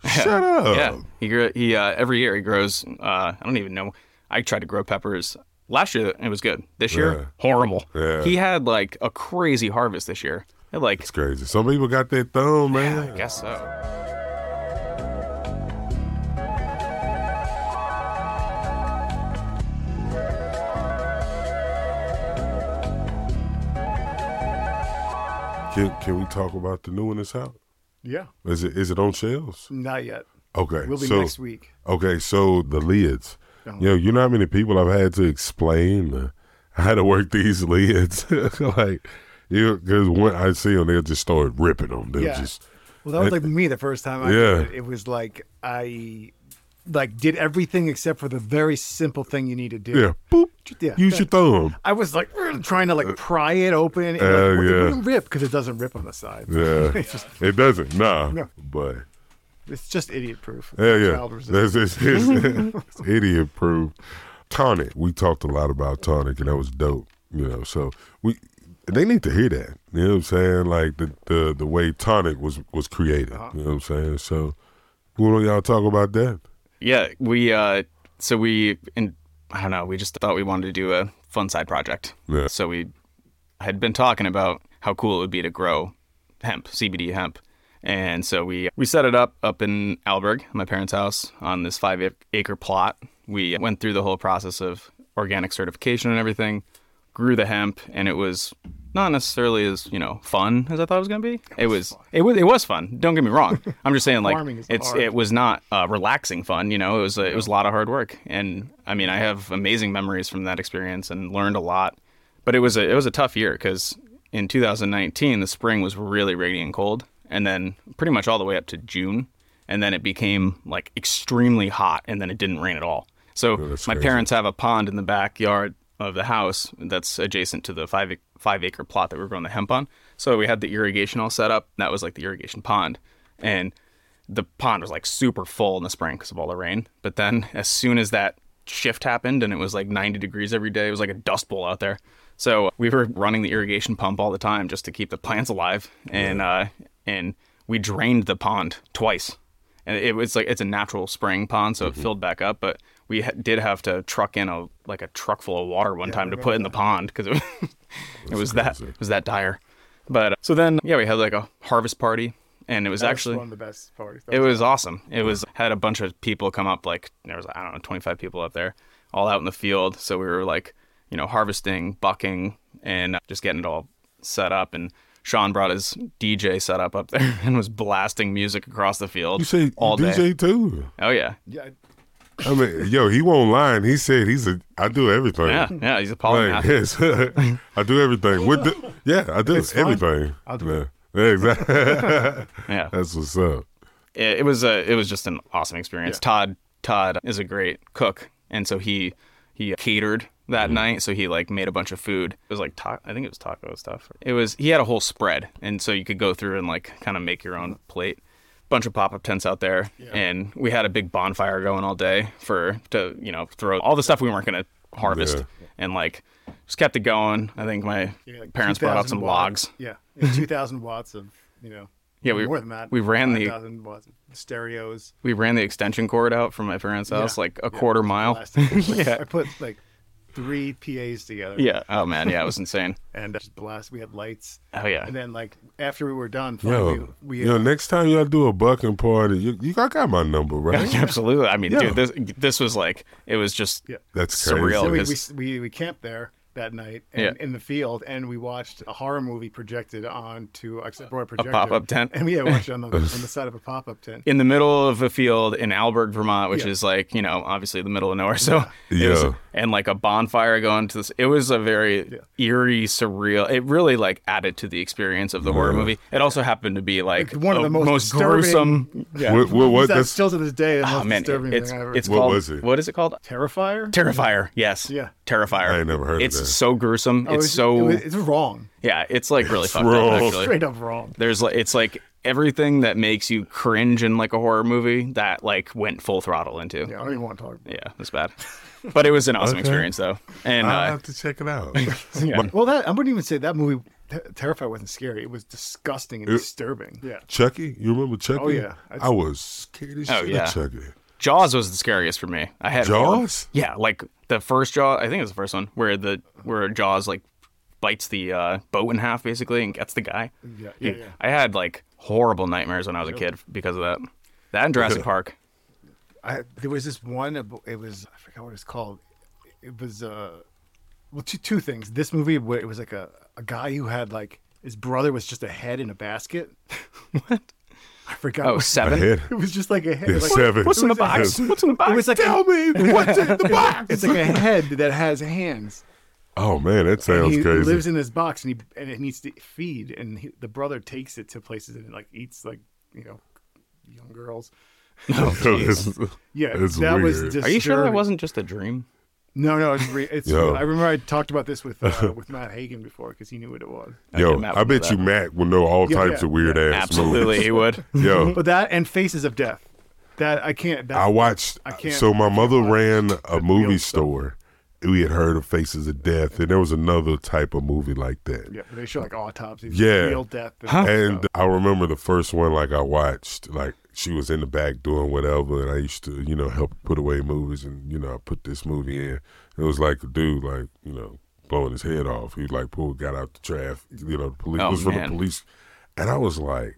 Speaker 1: Shut up.
Speaker 2: Yeah, he grew. He uh, every year he grows. Uh, I don't even know. I tried to grow peppers last year. It was good. This year,
Speaker 1: Yeah.
Speaker 2: horrible.
Speaker 1: Yeah.
Speaker 2: He had like a crazy harvest this year. It, like,
Speaker 1: It's crazy. Some people got that thumb, man.
Speaker 2: I guess so.
Speaker 3: uh,
Speaker 1: Can, can we talk about the new one that's out?
Speaker 3: Yeah,
Speaker 1: Is it is it on shelves?
Speaker 3: not yet.
Speaker 1: Okay.
Speaker 3: Will be
Speaker 1: so-
Speaker 3: next week. Uh-huh.
Speaker 1: Okay, so the lids. Yo, you know how many people I've had to explain uh, how to work these lids? like, you because when I see them, they'll just start ripping them. They'll
Speaker 3: Yeah.
Speaker 1: just
Speaker 3: Well, that was like me the first time. I
Speaker 1: Yeah.
Speaker 3: did it. it was like I like did everything except for the very simple thing you need to do.
Speaker 1: yeah, boop.
Speaker 3: Yeah.
Speaker 1: Use your thumb.
Speaker 3: I was like trying to like pry it open. And, like,
Speaker 1: Uh,
Speaker 3: it
Speaker 1: yeah.
Speaker 3: wouldn't rip because it doesn't rip on the side.
Speaker 1: Yeah,
Speaker 3: it's just
Speaker 1: it doesn't. Nah,
Speaker 3: No.
Speaker 1: but
Speaker 3: it's just idiot proof.
Speaker 1: yeah, yeah,
Speaker 3: Child resistant.
Speaker 1: that's it's, it's, it's idiot proof. Tonic. We talked a lot about tonic, and that was dope. You know, so we they need to hear that. You know what I'm saying? Like the the, the way tonic was was created. You know what I'm saying? So, who do y'all talk about that?
Speaker 2: Yeah, we. Uh, so we and I don't know. We just thought we wanted to do a fun side project.
Speaker 1: Yeah.
Speaker 2: So we had been talking about how cool it would be to grow hemp, CBD hemp. And so we we set it up up in Alberg, my parents' house, on this five ac- acre plot. We went through the whole process of organic certification and everything, grew the hemp, and it was not necessarily as you know fun as I thought it was going to be. It was, it was it was fun. Don't get me wrong. I'm just saying like
Speaker 3: Farming is
Speaker 2: it's
Speaker 3: hard.
Speaker 2: it was not uh, relaxing fun. You know, it was a, it was a lot of hard work, and I mean I have amazing memories from that experience and learned a lot but it was a it was a tough year because in 2019 the spring was really rainy and cold, and then pretty much all the way up to June, and then it became like extremely hot, and then it didn't rain at all. So
Speaker 1: that's
Speaker 2: my
Speaker 1: crazy.
Speaker 2: parents have a pond in the backyard of the house that's adjacent to the five ac- five acre plot that we're growing the hemp on. So we had the irrigation all set up. That was like the irrigation pond, and the pond was like super full in the spring because of all the rain. But then as soon as that shift happened and it was like 90 degrees every day, it was like a dust bowl out there. So we were running the irrigation pump all the time just to keep the plants alive, and uh, and we drained the pond twice. And it was like it's a natural spring pond, so it filled back up. But we ha- did have to truck in a like a truck full of water one time to put in the pond because it, was- it was that it was that dire. But uh, so then yeah, we had like a harvest party, and it was
Speaker 3: That was
Speaker 2: actually
Speaker 3: one of the best parties.
Speaker 2: it was awesome. It was had a bunch of people come up, like there was I don't know, twenty five people up there, all out in the field. So we were like, you know, harvesting, bucking, and just getting it all set up. And Sean brought his DJ setup up there and was blasting music across the field.
Speaker 1: You say
Speaker 2: all
Speaker 1: DJ
Speaker 2: day.
Speaker 1: too?
Speaker 2: Oh yeah,
Speaker 3: yeah,
Speaker 1: I mean, yo, he won't lie. He said he's a. I do everything.
Speaker 2: yeah, yeah. He's a
Speaker 1: Like,
Speaker 2: polymath.
Speaker 1: yes, I do everything. With the, yeah, I do everything. I'll do it. Yeah, exactly.
Speaker 2: Yeah,
Speaker 1: That's what's up.
Speaker 2: it, it was a, it was just an awesome experience. Todd Todd is a great cook, and so he he catered
Speaker 3: Mm-hmm.
Speaker 2: that night. So he like made a bunch of food. It was like ta- I think it was taco stuff. It was he had a whole spread, and so you could go through and like kind of make your own plate. Bunch of pop up tents out there, and we had a big bonfire going all day for to you know throw all the stuff we weren't gonna harvest, and like just kept it going. I think my
Speaker 3: yeah, like
Speaker 2: parents brought out
Speaker 3: 2,000
Speaker 2: some
Speaker 3: watt-
Speaker 2: logs.
Speaker 3: Yeah, yeah, two thousand watts of you know.
Speaker 2: Yeah, we-
Speaker 3: more than that.
Speaker 2: we ran the-
Speaker 3: 5,000 watts. stereos.
Speaker 2: We ran the extension cord out from my parents' house
Speaker 3: Yeah.
Speaker 2: like a quarter mile.
Speaker 3: Last time.
Speaker 2: Oh. Yeah.
Speaker 3: I put like three PAs together.
Speaker 2: Yeah. Oh man, yeah, it was insane.
Speaker 3: and just blast. We had lights,
Speaker 2: Oh yeah.
Speaker 3: and then like after we were done, finally,
Speaker 1: Yo,
Speaker 3: we,
Speaker 1: yo, next time y'all do a bucking party, you, you I got my number, right?
Speaker 2: Absolutely. I mean,
Speaker 1: Yeah.
Speaker 2: dude, this this was like it was just
Speaker 3: Yeah.
Speaker 1: That's
Speaker 2: Surreal.
Speaker 3: so
Speaker 1: crazy.
Speaker 3: we, we,
Speaker 2: because-
Speaker 3: we we camped there that night and,
Speaker 2: Yeah.
Speaker 3: in the field, and we watched a horror movie projected onto a broad projector,
Speaker 2: pop-up tent.
Speaker 3: and we had watched it on the on the side of a pop up tent.
Speaker 2: in the middle of a field in Alberg, Vermont, which
Speaker 3: Yeah.
Speaker 2: is like you know obviously the middle of nowhere. So it
Speaker 1: Yeah.
Speaker 2: was- and like a bonfire going to this. It was a very eerie, surreal. It really like added to the experience of the horror movie. It also happened to be like
Speaker 3: It's one of
Speaker 2: a
Speaker 3: the most,
Speaker 2: gruesome.
Speaker 3: disturbing- Yeah,
Speaker 1: What- what- what-
Speaker 3: That's
Speaker 1: that's-
Speaker 3: still to this day the
Speaker 2: Oh
Speaker 3: most
Speaker 2: man,
Speaker 3: disturbing
Speaker 2: it's
Speaker 3: thing I ever.
Speaker 2: it's
Speaker 1: What
Speaker 2: called
Speaker 1: was it?
Speaker 2: what is it called?
Speaker 3: Terrifier.
Speaker 2: Terrifier. Yes.
Speaker 3: Yeah.
Speaker 2: Terrifier.
Speaker 1: I ain't never heard of
Speaker 2: it's
Speaker 1: that.
Speaker 2: so gruesome.
Speaker 3: Oh,
Speaker 2: it's, so
Speaker 3: it was- it's wrong,
Speaker 2: yeah. It's like really fucked
Speaker 1: wrong.
Speaker 2: up. Actually.
Speaker 3: straight up wrong.
Speaker 2: There's like it's like everything that makes you cringe in like a horror movie that like went full throttle into.
Speaker 3: Yeah, I don't even want to talk. about it.
Speaker 2: Yeah, it was bad. But it was an awesome
Speaker 1: Okay.
Speaker 2: experience though. And
Speaker 1: I'll
Speaker 2: uh,
Speaker 1: have to check it out.
Speaker 2: yeah.
Speaker 3: Well, that I wouldn't even say that movie. Ter- Terrifier wasn't scary. It was disgusting and disturbing. Yeah.
Speaker 1: Chucky, you remember Chucky?
Speaker 3: Oh, yeah.
Speaker 1: I, was scared as
Speaker 2: Oh,
Speaker 1: shit of
Speaker 2: yeah.
Speaker 1: Chucky.
Speaker 2: Jaws was the scariest for me. I had horror-
Speaker 1: Jaws?
Speaker 2: Yeah, like the first Jaws, I think it was the first one where the where Jaws like bites the uh, boat in half basically and gets the guy.
Speaker 3: Yeah, yeah, yeah.
Speaker 2: I had like horrible nightmares when I was a kid because of that. That and Jurassic Park.
Speaker 3: I, there was this one. ab- It was I forgot what it's called. It was uh, well, two two things. This movie where it was like a a guy who had like his brother was just a head in a basket.
Speaker 2: What?
Speaker 3: I forgot.
Speaker 2: Oh,
Speaker 3: what-
Speaker 1: My
Speaker 2: seven.
Speaker 1: head.
Speaker 3: It was just like a head.
Speaker 1: Yeah,
Speaker 3: like-
Speaker 1: seven.
Speaker 2: What's in the
Speaker 3: It was-
Speaker 2: box? What's in the box?
Speaker 3: It was like a,
Speaker 1: Tell me what's in the box.
Speaker 3: it's like a head that has hands.
Speaker 1: Oh man, that
Speaker 3: And
Speaker 1: sounds
Speaker 3: he
Speaker 1: crazy.
Speaker 3: lives in this box and he and it needs to feed and he, the brother takes it to places and it like eats like you know young girls.
Speaker 1: Yo, this-
Speaker 3: Yeah,
Speaker 1: That's
Speaker 3: that was.
Speaker 1: weird.
Speaker 3: Disturbing.
Speaker 2: Are you sure that wasn't just a dream?
Speaker 3: No, no, it's. Re- it's
Speaker 1: Yo.
Speaker 3: I remember I talked about this with uh, with Matt Hagen before because he knew what it was.
Speaker 1: Yo,
Speaker 2: Matt
Speaker 1: I
Speaker 2: would know
Speaker 1: bet you
Speaker 2: that.
Speaker 1: Matt will know all
Speaker 3: Yeah,
Speaker 1: types
Speaker 3: yeah,
Speaker 1: of weird ass
Speaker 2: Absolutely, he would.
Speaker 1: movies. Yo,
Speaker 3: But that and Faces of Death, that I can't. That,
Speaker 1: I watched.
Speaker 3: I can't-
Speaker 1: so my mother ran a movie
Speaker 3: real stuff.
Speaker 1: store. We had heard of Faces of Death, and there was another type of movie like that.
Speaker 3: yeah, they show like autopsies,
Speaker 1: Yeah.
Speaker 3: real death. And,
Speaker 2: Oh.
Speaker 1: And I remember the first one, like I watched, like she was in the back doing whatever, and I used to, you know, help put away movies, and you know, I put this movie in. It was like a dude, like you know, blowing his head off. He like pulled, got out the traffic, you know, the police
Speaker 2: Oh,
Speaker 1: it was from
Speaker 2: man.
Speaker 1: the police, and I was like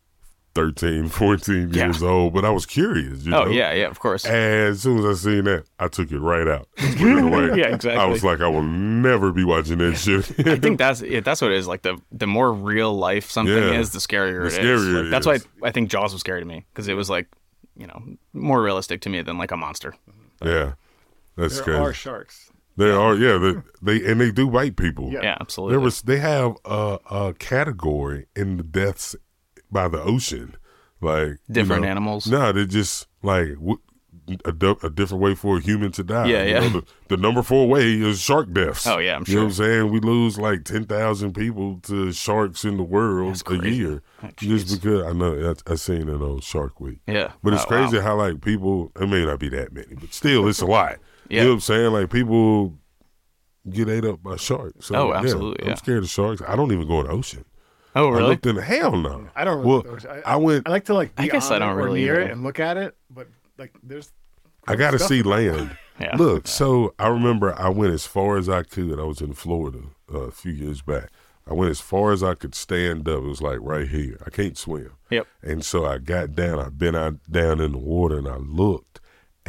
Speaker 1: 13, 14
Speaker 2: Yeah.
Speaker 1: years old, but I was curious. You
Speaker 2: Oh
Speaker 1: know?
Speaker 2: yeah, yeah, of course.
Speaker 1: And as soon as I seen that, I took it right out. Just put it away.
Speaker 2: Yeah, exactly.
Speaker 1: I was like, I will never be watching that shit.
Speaker 2: I think that's it, that's what it is. Like the the more real life something
Speaker 1: Yeah.
Speaker 2: is, the scarier
Speaker 1: The
Speaker 2: it is.
Speaker 1: scarier
Speaker 2: Like,
Speaker 1: it
Speaker 2: that's
Speaker 1: is.
Speaker 2: why I, I think Jaws was scary to me because it was like, you know, more realistic to me than like a monster.
Speaker 1: yeah, that's
Speaker 3: there
Speaker 1: crazy.
Speaker 3: are sharks.
Speaker 1: They are, yeah. They, they and they do bite people.
Speaker 3: Yeah.
Speaker 2: Yeah,
Speaker 1: There
Speaker 2: absolutely.
Speaker 1: was they have a, a category in the deaths by the ocean, like you
Speaker 2: Different
Speaker 1: know,
Speaker 2: animals.
Speaker 1: No, they just like w- a, du- a different way for a human to die.
Speaker 2: Yeah,
Speaker 1: You
Speaker 2: yeah.
Speaker 1: know, the, the number four way is shark deaths.
Speaker 2: Oh, yeah, I'm
Speaker 1: You know
Speaker 2: sure.
Speaker 1: what I'm saying? We lose like ten thousand people to sharks in the world a
Speaker 2: crazy.
Speaker 1: year
Speaker 2: Oh,
Speaker 1: just because I know I, I seen it on Shark Week.
Speaker 2: yeah,
Speaker 1: But it's
Speaker 2: Oh, wow.
Speaker 1: crazy how like people it may not be that many, but still it's a lot.
Speaker 2: Yeah.
Speaker 1: You know what I'm saying? Like people get ate up by sharks. So,
Speaker 2: Oh,
Speaker 1: yeah,
Speaker 2: absolutely, yeah.
Speaker 1: I'm scared of sharks. I don't even go in the ocean.
Speaker 2: Oh
Speaker 1: I
Speaker 2: really?
Speaker 1: looked in the hell no.
Speaker 3: I don't.
Speaker 1: Well,
Speaker 3: really know.
Speaker 1: I went
Speaker 3: I like to like.
Speaker 2: I
Speaker 3: be
Speaker 2: guess I
Speaker 3: on it
Speaker 2: don't
Speaker 3: or
Speaker 2: really
Speaker 3: near
Speaker 2: either.
Speaker 3: it and look at it, but like there's.
Speaker 1: I gotta
Speaker 3: stuff
Speaker 1: see land.
Speaker 2: Yeah.
Speaker 1: Look, so I remember I went as far as I could. I was in Florida uh, a few years back. I went as far as I could stand up. It was like right here. I can't swim.
Speaker 2: Yep.
Speaker 1: And so I got down. I bent out down in the water and I looked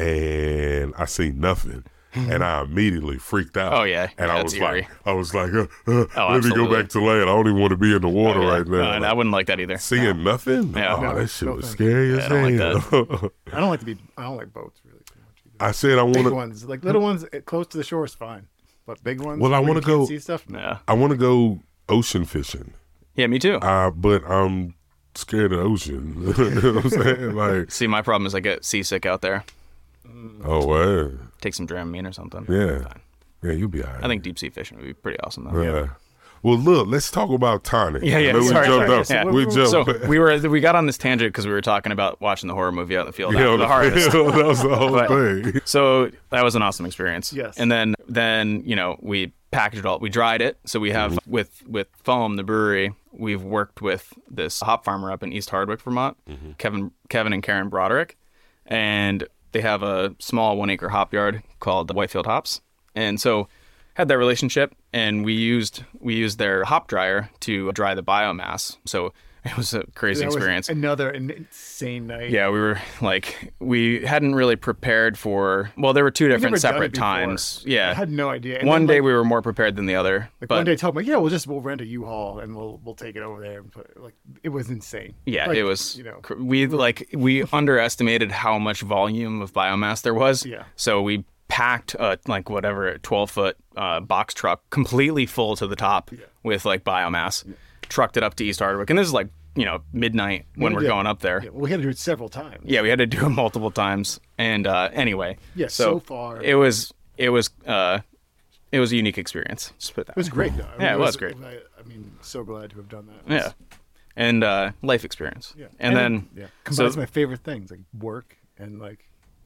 Speaker 1: and I seen nothing. and I immediately freaked out.
Speaker 2: Hmm. Oh, yeah.
Speaker 1: And
Speaker 2: Yeah,
Speaker 1: I
Speaker 2: it's
Speaker 1: was like,
Speaker 2: eerie.
Speaker 1: I was like, uh, uh, let me
Speaker 2: absolutely. Oh,
Speaker 1: go back to land. I don't even want to be in the water
Speaker 2: Yeah.
Speaker 1: right now.
Speaker 2: No, and I wouldn't like that either.
Speaker 1: Seeing nothing?
Speaker 2: Yeah.
Speaker 1: Oh,
Speaker 2: No,
Speaker 1: that shit
Speaker 3: no
Speaker 1: was
Speaker 3: thanks.
Speaker 1: scary as
Speaker 2: I don't like
Speaker 1: hell.
Speaker 3: I don't like to be. I don't like boats really too much either.
Speaker 1: I said I want
Speaker 3: Big
Speaker 1: to.
Speaker 3: ones, like little ones, eh, close to the shore is fine, but big ones.
Speaker 1: Well, I
Speaker 3: where you
Speaker 1: wanna
Speaker 3: can't
Speaker 1: go-
Speaker 3: see stuff. No.
Speaker 2: Yeah,
Speaker 1: I want to go ocean fishing,
Speaker 2: yeah, me too.
Speaker 1: uh, but I'm scared of the ocean. you know what I'm saying? Like,
Speaker 2: See, my problem is I get seasick out there.
Speaker 1: oh, wow.
Speaker 2: Take some Dramamine or something.
Speaker 1: Yeah.
Speaker 2: Fine.
Speaker 1: Yeah, you'll be all right.
Speaker 2: I think deep sea fishing would be pretty awesome though.
Speaker 1: Yeah. Well, look, let's talk about Tonic.
Speaker 2: Yeah, yeah,
Speaker 1: I know we
Speaker 2: sorry,
Speaker 1: jumped
Speaker 2: sorry.
Speaker 1: up.
Speaker 2: Yeah.
Speaker 1: We jumped
Speaker 2: So
Speaker 1: up.
Speaker 2: we were we got on this tangent because we were talking about watching the horror movie out in the field after
Speaker 1: Yeah,
Speaker 2: the harvest.
Speaker 1: that was the whole
Speaker 2: But-
Speaker 1: thing.
Speaker 2: So that was an awesome experience.
Speaker 3: Yes.
Speaker 2: And then then you know we packaged all. We dried it, so we have with with foam the brewery. We've worked with this hop farmer up in East Hardwick, Vermont, Kevin Kevin and Karen Broderick, and they have a small one acre hop yard called Whitefield Hops, and so had that relationship, and we used we used their hop dryer to dry the biomass. So it was a crazy
Speaker 3: That was
Speaker 2: experience.
Speaker 3: Another in- insane night.
Speaker 2: Yeah, we were like we hadn't really prepared for. Well, there were two
Speaker 3: I've never
Speaker 2: different
Speaker 3: done
Speaker 2: separate
Speaker 3: it before.
Speaker 2: times. Yeah,
Speaker 3: I had no idea. And
Speaker 2: one
Speaker 3: then,
Speaker 2: day
Speaker 3: like,
Speaker 2: we were more prepared than the other,
Speaker 3: like,
Speaker 2: but
Speaker 3: one day, tell me, yeah, we'll just we'll rent a U-Haul and we'll we'll take it over there and put like it was insane.
Speaker 2: yeah,
Speaker 3: Like,
Speaker 2: it was.
Speaker 3: you know
Speaker 2: cr- we like we underestimated how much volume of biomass there was.
Speaker 3: Yeah.
Speaker 2: so we packed a like whatever twelve foot uh, box truck completely full to the top with like biomass, trucked it up to East Hardwick, and this is like you know midnight when we're
Speaker 3: Yeah.
Speaker 2: going up there.
Speaker 3: yeah, we had to do it several times.
Speaker 2: Yeah, we had to do it multiple times. And uh, anyway,
Speaker 3: Yeah, so far-
Speaker 2: it was it was uh, it was a unique experience. Just put it that
Speaker 3: It was
Speaker 2: way.
Speaker 3: great though. I mean,
Speaker 2: Yeah, it was great.
Speaker 3: I, I mean, so glad to have done that.
Speaker 2: Yeah, and uh, life experience.
Speaker 3: Yeah.
Speaker 2: and, then
Speaker 3: yeah,
Speaker 2: so
Speaker 3: combines my favorite things like work and like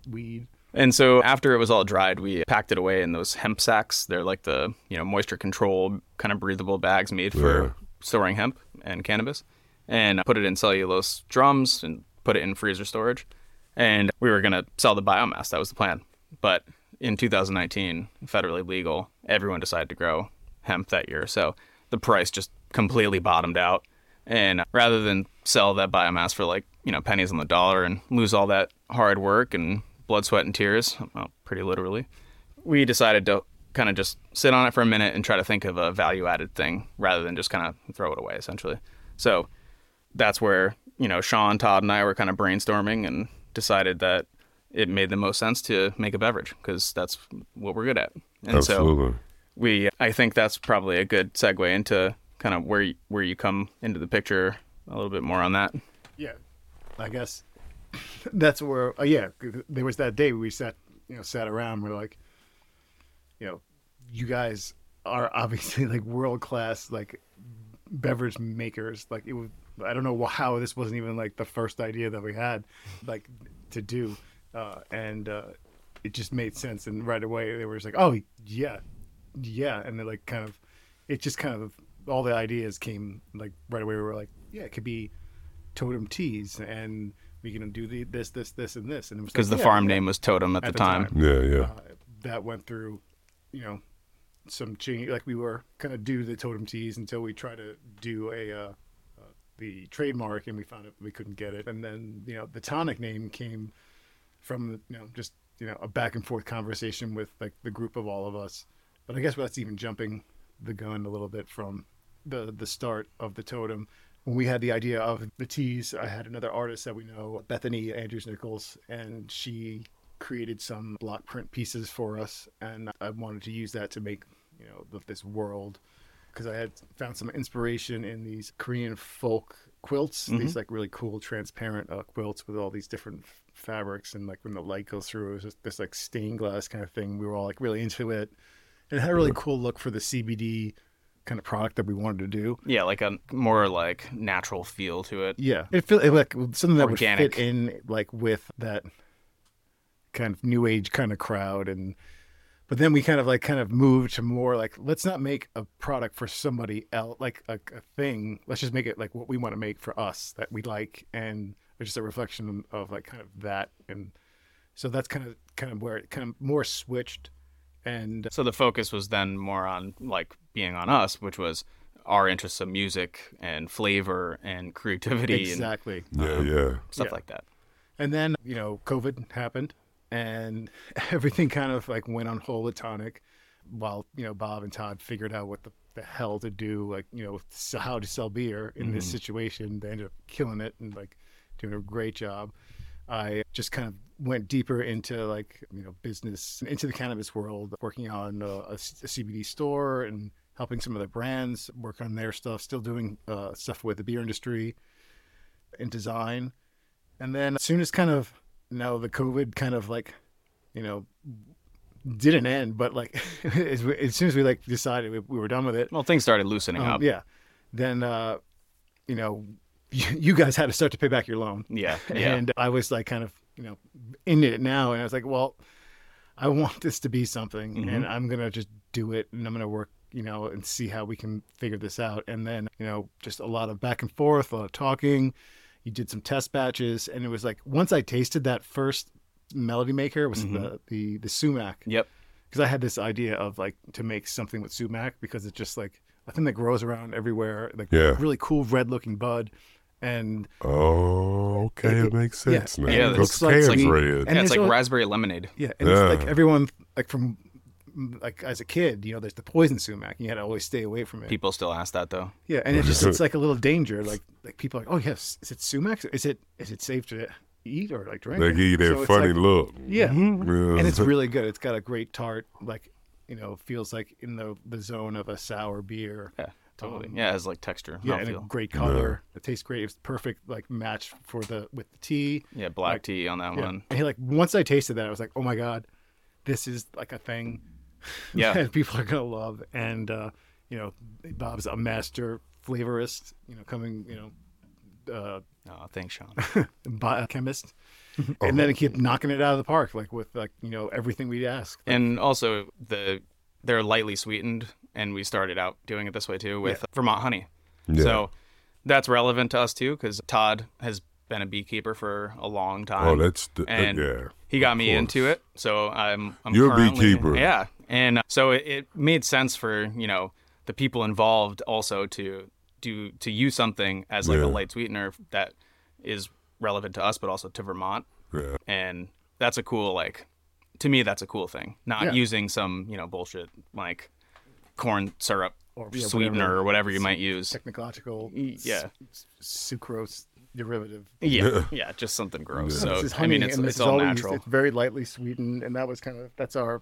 Speaker 3: weed.
Speaker 2: and so after it was all dried, we packed it away in those hemp sacks. They're like the you know moisture control kind of breathable bags made for
Speaker 1: Yeah.
Speaker 2: storing hemp and cannabis, and put it in cellulose drums and put it in freezer storage. And we were gonna sell the biomass. That was the plan. But in 2019, federally legal, everyone decided to grow hemp that year. So the price just completely bottomed out. And rather than sell that biomass for like, you know, pennies on the dollar and lose all that hard work and blood, sweat, and tears, well, pretty literally, we decided to kind of just sit on it for a minute and try to think of a value added thing rather than just kind of throw it away, essentially. So that's where you know Sean, Todd, and I were kind of brainstorming and decided that it made the most sense to make a beverage because that's what we're good at. And so
Speaker 1: Absolutely.
Speaker 2: we, I think that's probably a good segue into kind of where you, where you come into the picture a little bit more on that.
Speaker 3: Yeah, I guess that's where. Oh yeah, there was that day we sat, you know, sat around. we're like, you know, you guys are obviously like world class, like beverage makers. Like it was, I don't know how this wasn't even like the first idea that we had, like to do, uh, and uh, it just made sense. And right away they were just like, oh yeah, yeah, and they like kind of, it just kind of all the ideas came like right away. We were like, yeah, it could be totem teas, and we can do the this, this, this, and this. And it was
Speaker 2: Because
Speaker 3: like,
Speaker 2: the
Speaker 3: yeah,
Speaker 2: farm
Speaker 3: yeah.
Speaker 2: name was Totem at, the,
Speaker 3: the
Speaker 2: time.
Speaker 3: time.
Speaker 1: Yeah, yeah.
Speaker 3: Uh, that went through, you know, some change. Like we were kind of do the totem teas until we tried to do a uh, uh, the trademark, and we found out we couldn't get it. And then you know the tonic name came from you know just you know a back and forth conversation with like the group of all of us. But I guess that's even jumping the gun a little bit from the the start of the totem. When we had the idea of the teas, I had another artist that we know, Bethany Andrews Nichols, and she created some block print pieces for us, and I wanted to use that to make you know th- this world because I had found some inspiration in these Korean folk quilts, these like really cool transparent uh, quilts with all these different f- fabrics, and like when the light goes through, it was just this like stained glass kind of thing. We were all like really into it, and it had a really cool look for the CBD kind of product that we wanted to do.
Speaker 2: Yeah, like a more like natural feel to it.
Speaker 3: Yeah, it feel it, like something that would
Speaker 2: Organic.
Speaker 3: fit in like with that kind of new age kind of crowd, and but then we kind of like kind of moved to more like let's not make a product for somebody else, like a, a thing. Let's just make it like what we want to make for us that we like, and it's just a reflection of like kind of that, and so that's kind of kind of where it kind of more switched, and
Speaker 2: So the focus was then more on like being on us, which was our interests of music and flavor and creativity and
Speaker 3: exactly.
Speaker 1: Yeah, yeah.
Speaker 2: stuff
Speaker 3: Yeah.
Speaker 2: like that.
Speaker 3: And then, you know, COVID happened and everything kind of like went on hold at Tonic while, you know, Bob and Todd figured out what the, the hell to do, like, you know, s- how to sell beer in this situation. They ended up killing it and like doing a great job. I just kind of went deeper into like, you know, business, into the cannabis world, working on a, a c- a CBD store and helping some of the brands work on their stuff, still doing uh, stuff with the beer industry and design. And then as soon as kind of now the COVID kind of like, you know, didn't end, but like as, we- as soon as we like decided we, we were done with it,
Speaker 2: Well, things started loosening
Speaker 3: um,
Speaker 2: up.
Speaker 3: yeah, then uh, you know, you, you guys had to start to pay back your loan.
Speaker 2: Yeah, yeah.
Speaker 3: And I was like kind of, you know, in it now and I was like, well, I want this to be something and I'm going to just do it and I'm going to work, you know, and see how we can figure this out. And then, you know, just a lot of back and forth, a lot of talking. You did some test batches. And it was like, once I tasted that first melody maker, it was the, the, the sumac.
Speaker 2: Yep.
Speaker 3: Because I had this idea of like to make something with sumac because it's just like a thing that grows around everywhere, like
Speaker 1: Yeah.
Speaker 3: really cool red looking bud. And
Speaker 1: Oh, okay, it makes
Speaker 3: yeah,
Speaker 1: sense now.
Speaker 2: Yeah,
Speaker 1: Those
Speaker 2: it's like- it's
Speaker 1: cans
Speaker 2: like-
Speaker 1: red.
Speaker 3: And
Speaker 2: yeah, it's
Speaker 3: there's
Speaker 2: like
Speaker 3: al-
Speaker 2: raspberry lemonade.
Speaker 3: Yeah, and
Speaker 1: Yeah.
Speaker 3: it's like everyone, like from, like as a kid, you know, there's the poison sumac, and you had to always stay away from it.
Speaker 2: People still ask that though.
Speaker 3: Yeah, and it's just it's like a little danger. Like like people are like, oh yes, is it sumac? Is it is it safe to eat or like drink?
Speaker 1: they
Speaker 3: it?"
Speaker 1: give you that
Speaker 3: So it's
Speaker 1: funny
Speaker 3: like-
Speaker 1: look. Mm-hmm.
Speaker 3: yeah,
Speaker 1: Yeah.
Speaker 3: and it's really good. It's got a great tart. Like you know, feels like in the the zone of a sour beer. Um,
Speaker 2: Yeah, totally. yeah, it has like texture.
Speaker 3: Yeah, and a
Speaker 2: mouthfeel.
Speaker 3: great color. It tastes great. It's perfect, like match for the with the tea.
Speaker 2: yeah, black tea on that
Speaker 3: Yeah.
Speaker 2: one.
Speaker 3: And he, like once I tasted that, I was like, oh my god, this is like a thing.
Speaker 2: Yeah.
Speaker 3: that people are gonna love. And uh, you know, Bob's a master flavorist. You know, coming you know, uh,
Speaker 2: Oh, thanks, Sean.
Speaker 3: biochemist.
Speaker 2: Mm-hmm.
Speaker 3: and
Speaker 2: Oh.
Speaker 3: then he kept knocking it out of the park, like with like you know everything we'd ask.
Speaker 2: and also the they're lightly sweetened, and we started out doing it this way too with Vermont honey.
Speaker 1: Yeah.
Speaker 2: So that's relevant to us too because Todd has been a beekeeper for a long time.
Speaker 1: oh, that's the,
Speaker 2: and
Speaker 1: yeah.
Speaker 2: he got me
Speaker 1: course.
Speaker 2: into it. So I'm, I'm
Speaker 1: You're a
Speaker 2: currently-
Speaker 1: beekeeper.
Speaker 2: Yeah, and uh, so it, it made sense for you know the people involved also to do to use something as like
Speaker 1: Yeah.
Speaker 2: a light sweetener that is relevant to us, but also to Vermont.
Speaker 1: Yeah.
Speaker 2: And that's a cool like to me that's a cool thing. Not
Speaker 3: Yeah.
Speaker 2: using some you know bullshit like corn syrup
Speaker 3: Or, yeah,
Speaker 2: sweetener
Speaker 3: whatever.
Speaker 2: or whatever you might use.
Speaker 3: Technological,
Speaker 2: Y- yeah.
Speaker 3: s- sucrose derivative.
Speaker 2: Yeah, yeah, just something gross. So
Speaker 3: This is
Speaker 2: I mean,
Speaker 3: honey,
Speaker 2: it's,
Speaker 3: and
Speaker 2: it's
Speaker 3: this is
Speaker 2: all
Speaker 3: we use.
Speaker 2: natural.
Speaker 3: It's very lightly sweetened, and that was kind of that's our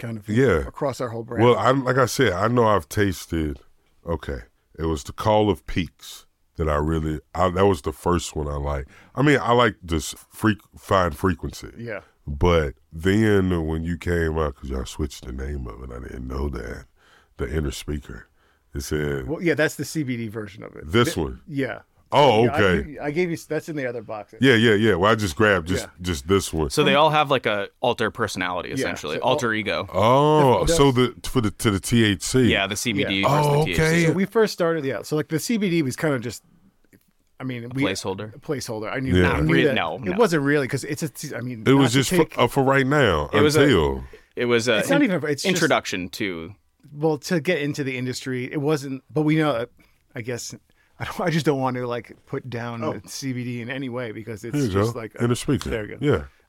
Speaker 3: kind of
Speaker 1: Yeah.
Speaker 3: across our whole brand.
Speaker 1: Well, I'm like I said, I know I've tasted. Okay, it was the Call of Peaks that I really. I, that was the first one I like. I mean, I like this freak fine frequency.
Speaker 3: yeah,
Speaker 1: But then when you came out, because y'all switched the name of it, I didn't know that. The inner speaker. It said
Speaker 3: well, yeah, that's the CBD version of it.
Speaker 1: this
Speaker 3: Th-
Speaker 1: one.
Speaker 3: yeah.
Speaker 1: Oh,
Speaker 3: Yeah, I-
Speaker 1: okay.
Speaker 3: I, gave you that's in the other box.
Speaker 1: Yeah, yeah, yeah. Well, I just grabbed just
Speaker 3: Yeah.
Speaker 1: just this one.
Speaker 2: So they all have like a alter personality, essentially,
Speaker 3: so all-
Speaker 2: alter ego.
Speaker 1: oh,
Speaker 3: That's-
Speaker 1: so the for the to the THC.
Speaker 2: Yeah, the CBD.
Speaker 3: Yeah.
Speaker 2: versus
Speaker 1: Oh,
Speaker 2: the
Speaker 1: okay.
Speaker 2: THC.
Speaker 3: So we first started, yeah. So like the CBD was kind of just, I mean, we,
Speaker 2: placeholder.
Speaker 3: a placeholder. I knew,
Speaker 1: Yeah.
Speaker 3: I
Speaker 1: Not
Speaker 3: knew
Speaker 2: re-
Speaker 3: that
Speaker 2: no,
Speaker 3: it
Speaker 2: no.
Speaker 3: wasn't really because it's a. I mean,
Speaker 1: It
Speaker 3: not
Speaker 1: was
Speaker 3: to
Speaker 1: just
Speaker 3: take-
Speaker 1: for, uh, for right now
Speaker 2: was a-
Speaker 1: until
Speaker 2: It was a
Speaker 3: It's not even- it's just-
Speaker 2: introduction to.
Speaker 3: well to get into the industry. It wasn't, but we know. I guess I, don't, I just don't want to like put down CBD in any way because it's
Speaker 1: Here Oh. you
Speaker 3: just
Speaker 1: go.
Speaker 3: like
Speaker 1: inner speaker.
Speaker 3: There you go.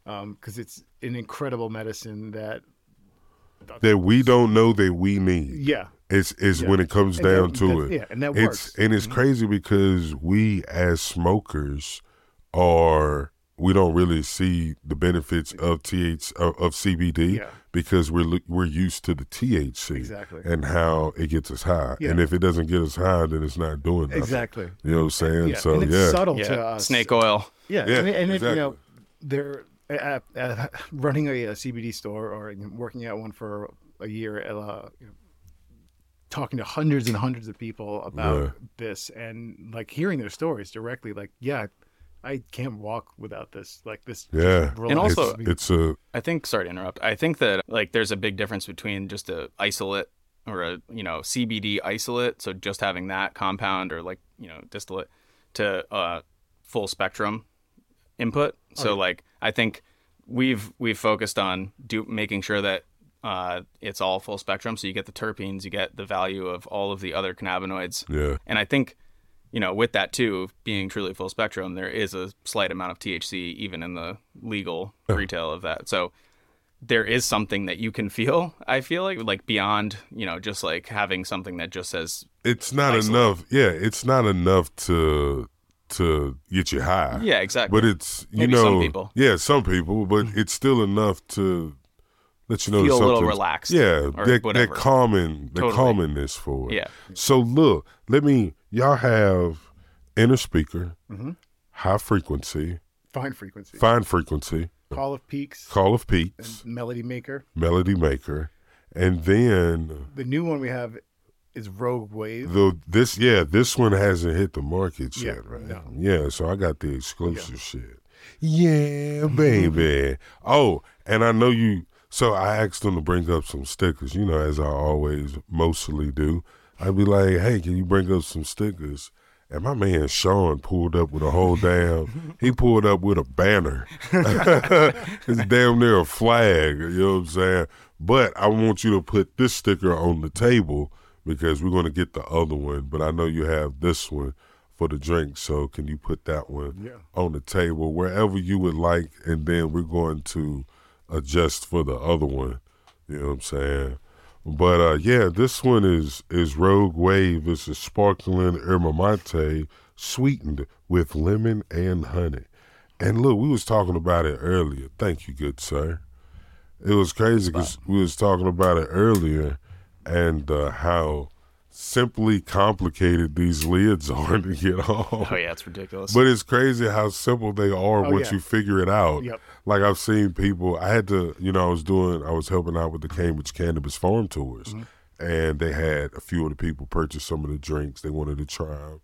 Speaker 1: Yeah.
Speaker 3: because it's an incredible medicine that
Speaker 1: that we don't know that we need
Speaker 3: yeah
Speaker 1: is is
Speaker 3: Yeah.
Speaker 1: when it comes
Speaker 3: And
Speaker 1: down
Speaker 3: that-
Speaker 1: to it.
Speaker 3: that- yeah, and that
Speaker 1: it's
Speaker 3: works. Mm-hmm.
Speaker 1: and it's crazy because we as smokers are we don't really see the benefits of TH of, of CBD
Speaker 3: Yeah.
Speaker 1: because we're lu- we're used to the THC
Speaker 3: Exactly.
Speaker 1: and how it gets us high.
Speaker 3: Yeah.
Speaker 1: And if it doesn't get us high, then it's not doing nothing.
Speaker 3: exactly.
Speaker 1: You know what I'm saying?
Speaker 3: Yeah,
Speaker 1: So
Speaker 3: and it's
Speaker 1: yeah,
Speaker 3: subtle to
Speaker 2: Yeah,
Speaker 3: us.
Speaker 2: snake oil.
Speaker 3: Yeah,
Speaker 1: Yeah,
Speaker 3: and, and if, you know,
Speaker 1: exactly.
Speaker 3: they're uh, uh, running a, uh CBD store or you know, working at one for a year, uh, you know, talking to hundreds and hundreds of people about
Speaker 1: Yeah.
Speaker 3: this, and like hearing their stories directly. Like, yeah, I, I can't walk without this. Like this.
Speaker 1: yeah.
Speaker 3: relaxes
Speaker 2: And also-
Speaker 3: me.
Speaker 1: It's a
Speaker 2: I think. Sorry to interrupt. I think that like there's a big difference between just a isolate or a you know CBD isolate. So just having that compound or like you know distillate to uh, full spectrum input. So like I think we've we've focused on do making sure that uh, it's all full spectrum. So you get the terpenes, you get the value of all of the other cannabinoids.
Speaker 1: yeah.
Speaker 2: And I think, you know, with that too, being truly full spectrum, there is a slight amount of THC even in the legal retail of that. So there is something that you can feel, I feel like, like beyond, you know, just like having something that just says,
Speaker 1: It's not
Speaker 2: Isolate.
Speaker 1: enough. Yeah, it's not enough to to get you high.
Speaker 2: yeah, exactly.
Speaker 1: But it's you
Speaker 2: Maybe
Speaker 1: know
Speaker 2: some people. Mm-hmm.
Speaker 1: Yeah, some people, but it's still enough to let you know
Speaker 2: Feel a
Speaker 1: that
Speaker 2: little
Speaker 1: something's-
Speaker 2: relaxed
Speaker 1: Yeah,
Speaker 2: or
Speaker 1: that, that
Speaker 2: whatever.
Speaker 1: calming, the
Speaker 2: Totally.
Speaker 1: calmness for it.
Speaker 2: Yeah.
Speaker 1: So look, let me. Y'all have inner speaker,
Speaker 2: Mm-hmm.
Speaker 1: high frequency,
Speaker 3: Fine frequency.
Speaker 1: fine frequency,
Speaker 3: Call of Peaks,
Speaker 1: call of peaks,
Speaker 3: Melody Maker.
Speaker 1: melody maker, and then
Speaker 3: The new one we have is Rogue Wave.
Speaker 1: Though this, yeah, this one hasn't hit the markets
Speaker 3: Yeah,
Speaker 1: yet, right?
Speaker 3: no.
Speaker 1: Yeah, so I got
Speaker 3: Mm-hmm.
Speaker 1: the exclusive shit. Yeah, baby. oh, and I know you. So I asked them to bring up some stickers, you know, as I always mostly do. I'd be like, hey, can you bring up some stickers? And my man Sean pulled up with a whole damn, he pulled up with a banner. it's damn near a flag, you know what I'm saying? But I want you to put this sticker on the table because we're going to get the other one. But I know you have this one for the drink. So can you put that one
Speaker 3: Yeah.
Speaker 1: on the table wherever you would like? And then we're going to adjust for the other one. You know what I'm saying? But uh, yeah, this one is is Rogue Wave. This is sparkling Ermamante sweetened with lemon and honey. And look, we was talking about it earlier. Thank you, good sir. It was crazy because we was talking about it earlier, and uh, how simply complicated these lids are to get off.
Speaker 2: Oh yeah, it's ridiculous.
Speaker 1: But it's crazy how simple they are once
Speaker 3: yeah.
Speaker 1: you figure it out.
Speaker 3: Yep.
Speaker 1: Like I've seen people. I had to, you know, I was doing, I was helping out with the Cambridge Cannabis Farm Tours, and they had a few of the people purchase some of the drinks they wanted to try. 'em.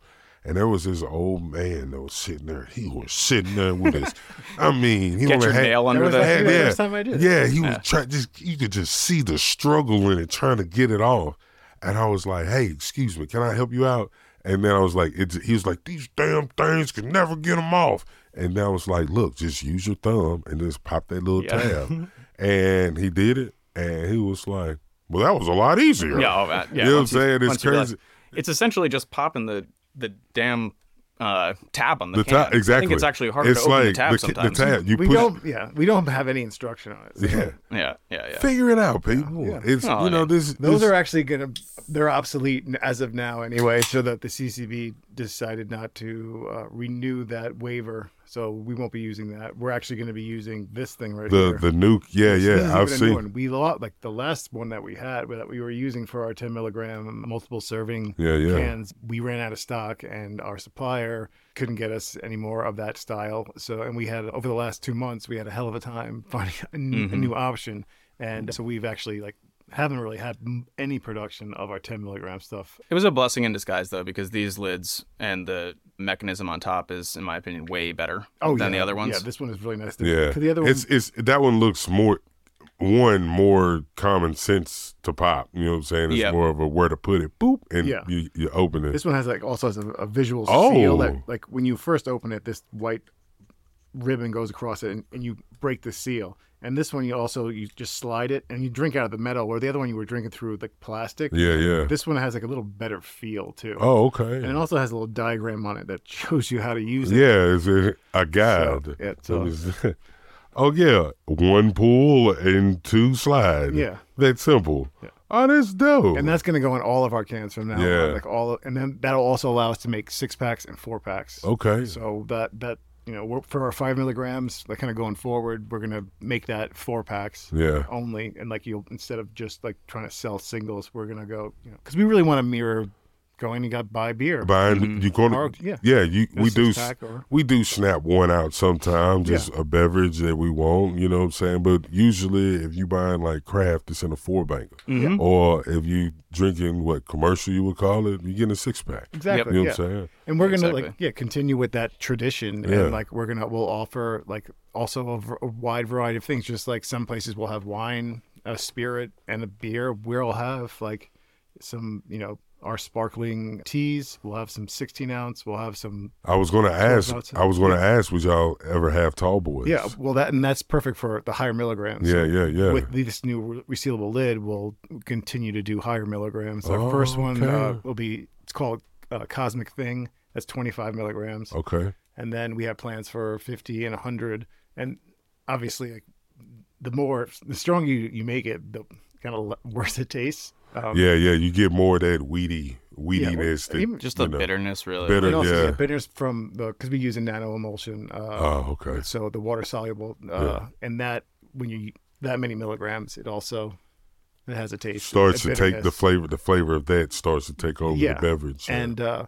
Speaker 1: And there was this old man that was sitting there. He was sitting there with his, I mean, he
Speaker 2: Get
Speaker 1: only
Speaker 2: your
Speaker 1: had,
Speaker 2: nail under
Speaker 1: he only
Speaker 2: the-
Speaker 1: had-
Speaker 3: That's the
Speaker 1: yeah,
Speaker 3: first time I did.
Speaker 1: yeah, he was trying. Just you could just see the struggle in it, trying to get it off. And I was like, "Hey, excuse me, can I help you out?" And then I was like, it's, "He was like, these damn things can never get them off." And then I was like, "Look, just use your thumb and just pop that little
Speaker 2: Yeah.
Speaker 1: tab." and he did it, and he was like, "Well, that was a lot easier."
Speaker 2: yeah, oh, all that.
Speaker 1: You
Speaker 2: Yeah,
Speaker 1: know what I'm
Speaker 2: once
Speaker 1: saying? It's
Speaker 2: once you realize-
Speaker 1: crazy.
Speaker 2: It's essentially just popping the the damn uh, tab on the,
Speaker 1: The
Speaker 2: can.
Speaker 1: tab, exactly.
Speaker 2: I think it's actually harder
Speaker 1: It's
Speaker 2: to open
Speaker 1: like
Speaker 2: the tab
Speaker 1: the, ca-
Speaker 2: sometimes.
Speaker 1: The tab, you
Speaker 3: we
Speaker 1: push,
Speaker 3: don't. Yeah, we don't have any instruction on it. so-
Speaker 1: yeah,
Speaker 2: Yeah, yeah, yeah.
Speaker 1: figure it out, people.
Speaker 3: Yeah.
Speaker 1: It's
Speaker 2: No,
Speaker 1: you know
Speaker 2: yeah.
Speaker 1: this.
Speaker 3: Those
Speaker 1: this-
Speaker 3: are actually gonna they're obsolete n- as of now anyway. So that the CCB decided not to uh, renew that waiver, so we won't be using that. We're actually going to be using this thing right
Speaker 1: the
Speaker 3: here.
Speaker 1: the nuke. Yeah,
Speaker 3: This isn't
Speaker 1: yeah, I've
Speaker 3: even a new
Speaker 1: seen.
Speaker 3: one. We lost like the last one that we had that we were using for our 10 milligram multiple serving
Speaker 1: Yeah, yeah.
Speaker 3: cans. We ran out of stock, and our supplier couldn't get us any more of that style. So, and we had over the last two months, we had a hell of a time finding a, n-
Speaker 2: Mm-hmm.
Speaker 3: a new option, and so we've actually like haven't really had m- any production of our 10 milligram stuff.
Speaker 2: It was a blessing in disguise though, because these lids and the mechanism on top is, in my opinion, way better
Speaker 3: Oh,
Speaker 2: than
Speaker 3: yeah.
Speaker 2: the other ones.
Speaker 3: Yeah, this one is really nice.
Speaker 1: Yeah,
Speaker 3: the other
Speaker 1: it's
Speaker 3: ones.
Speaker 1: it's that one looks more one more common sense to pop. You know what I'm saying? It's
Speaker 2: Yeah.
Speaker 1: more of a where to put it, boop, and
Speaker 3: Yeah.
Speaker 1: you, you open it.
Speaker 3: This one has like also has a, a visual
Speaker 1: Oh.
Speaker 3: seal that like when you first open it, this white ribbon goes across it, and, and you break the seal. And this one, you also you just slide it, and you drink out of the metal. Where the other one you were drinking through like plastic.
Speaker 1: yeah, yeah.
Speaker 3: This one has like a little better feel too,
Speaker 1: Oh,
Speaker 3: and it
Speaker 1: okay.
Speaker 3: also has a little diagram on it that shows you how to use it.
Speaker 1: Yeah, it's a, a guide.
Speaker 3: So, yeah,
Speaker 1: So
Speaker 3: so-
Speaker 1: it's- oh yeah, one pull and two slides.
Speaker 3: Yeah.
Speaker 1: that's simple. Oh, that's dope.
Speaker 3: And that's going to go in all of our cans from now.
Speaker 1: Yeah.
Speaker 3: on. Like all, and then that'll also allow us to make six packs and four packs.
Speaker 1: okay.
Speaker 3: So that that you know we're, for our five milligrams, like kind of going forward, we're gonna make that four packs
Speaker 1: Yeah.
Speaker 3: only, and like you'll instead of just like trying to sell singles, we're gonna go you know because we really want to mirror going and got buy beer.
Speaker 1: Buying you going
Speaker 3: Mm-hmm. Or-
Speaker 1: to yeah
Speaker 3: yeah.
Speaker 1: you we do
Speaker 3: six pack or-
Speaker 1: we do snap one out sometimes just a beverage that we want you know what I'm saying but usually if you buying like craft it's in a four banker
Speaker 3: Mm-hmm.
Speaker 1: or if you drinking what commercial you would call it you getting a six pack
Speaker 3: Exactly.
Speaker 1: you know
Speaker 3: yeah.
Speaker 1: what I'm saying
Speaker 3: And we're gonna like
Speaker 2: Exactly.
Speaker 3: yeah continue with that tradition,
Speaker 1: Yeah.
Speaker 3: and like we're gonna we'll offer like also a, v- a wide variety of things. Just like some places will have wine, a spirit, and a beer. We'll have like some you know our sparkling teas. We'll have some sixteen ounce. We'll have some
Speaker 1: I was gonna ask
Speaker 3: outs.
Speaker 1: I was gonna ask would y'all ever have tall boys
Speaker 3: yeah. Well, that and that's perfect for the higher milligrams.
Speaker 1: yeah yeah yeah
Speaker 3: With this new re- resealable lid, we'll continue to do higher milligrams. Our first one uh,
Speaker 1: Oh, Okay.
Speaker 3: will be it's called uh, Cosmic Thing. That's twenty five milligrams.
Speaker 1: okay
Speaker 3: and then we have plans for 50 and 100 and obviously like, the more the stronger you, you make it the kind of worse it tastes um,
Speaker 1: yeah yeah you get more of that weedy weediness that,
Speaker 3: even-
Speaker 2: Just the
Speaker 1: you know,
Speaker 2: bitterness, really.
Speaker 1: bitter
Speaker 3: and also
Speaker 1: yeah
Speaker 3: yeah, bitters from the because we use a nano emulsion uh,
Speaker 1: oh okay
Speaker 3: so the water soluble uh, and that when you that many milligrams it also it has a taste
Speaker 1: starts
Speaker 3: a
Speaker 1: to take the
Speaker 3: bitterness.
Speaker 1: flavor the flavor of that starts to take over
Speaker 3: yeah
Speaker 1: the beverage yeah.
Speaker 3: and uh,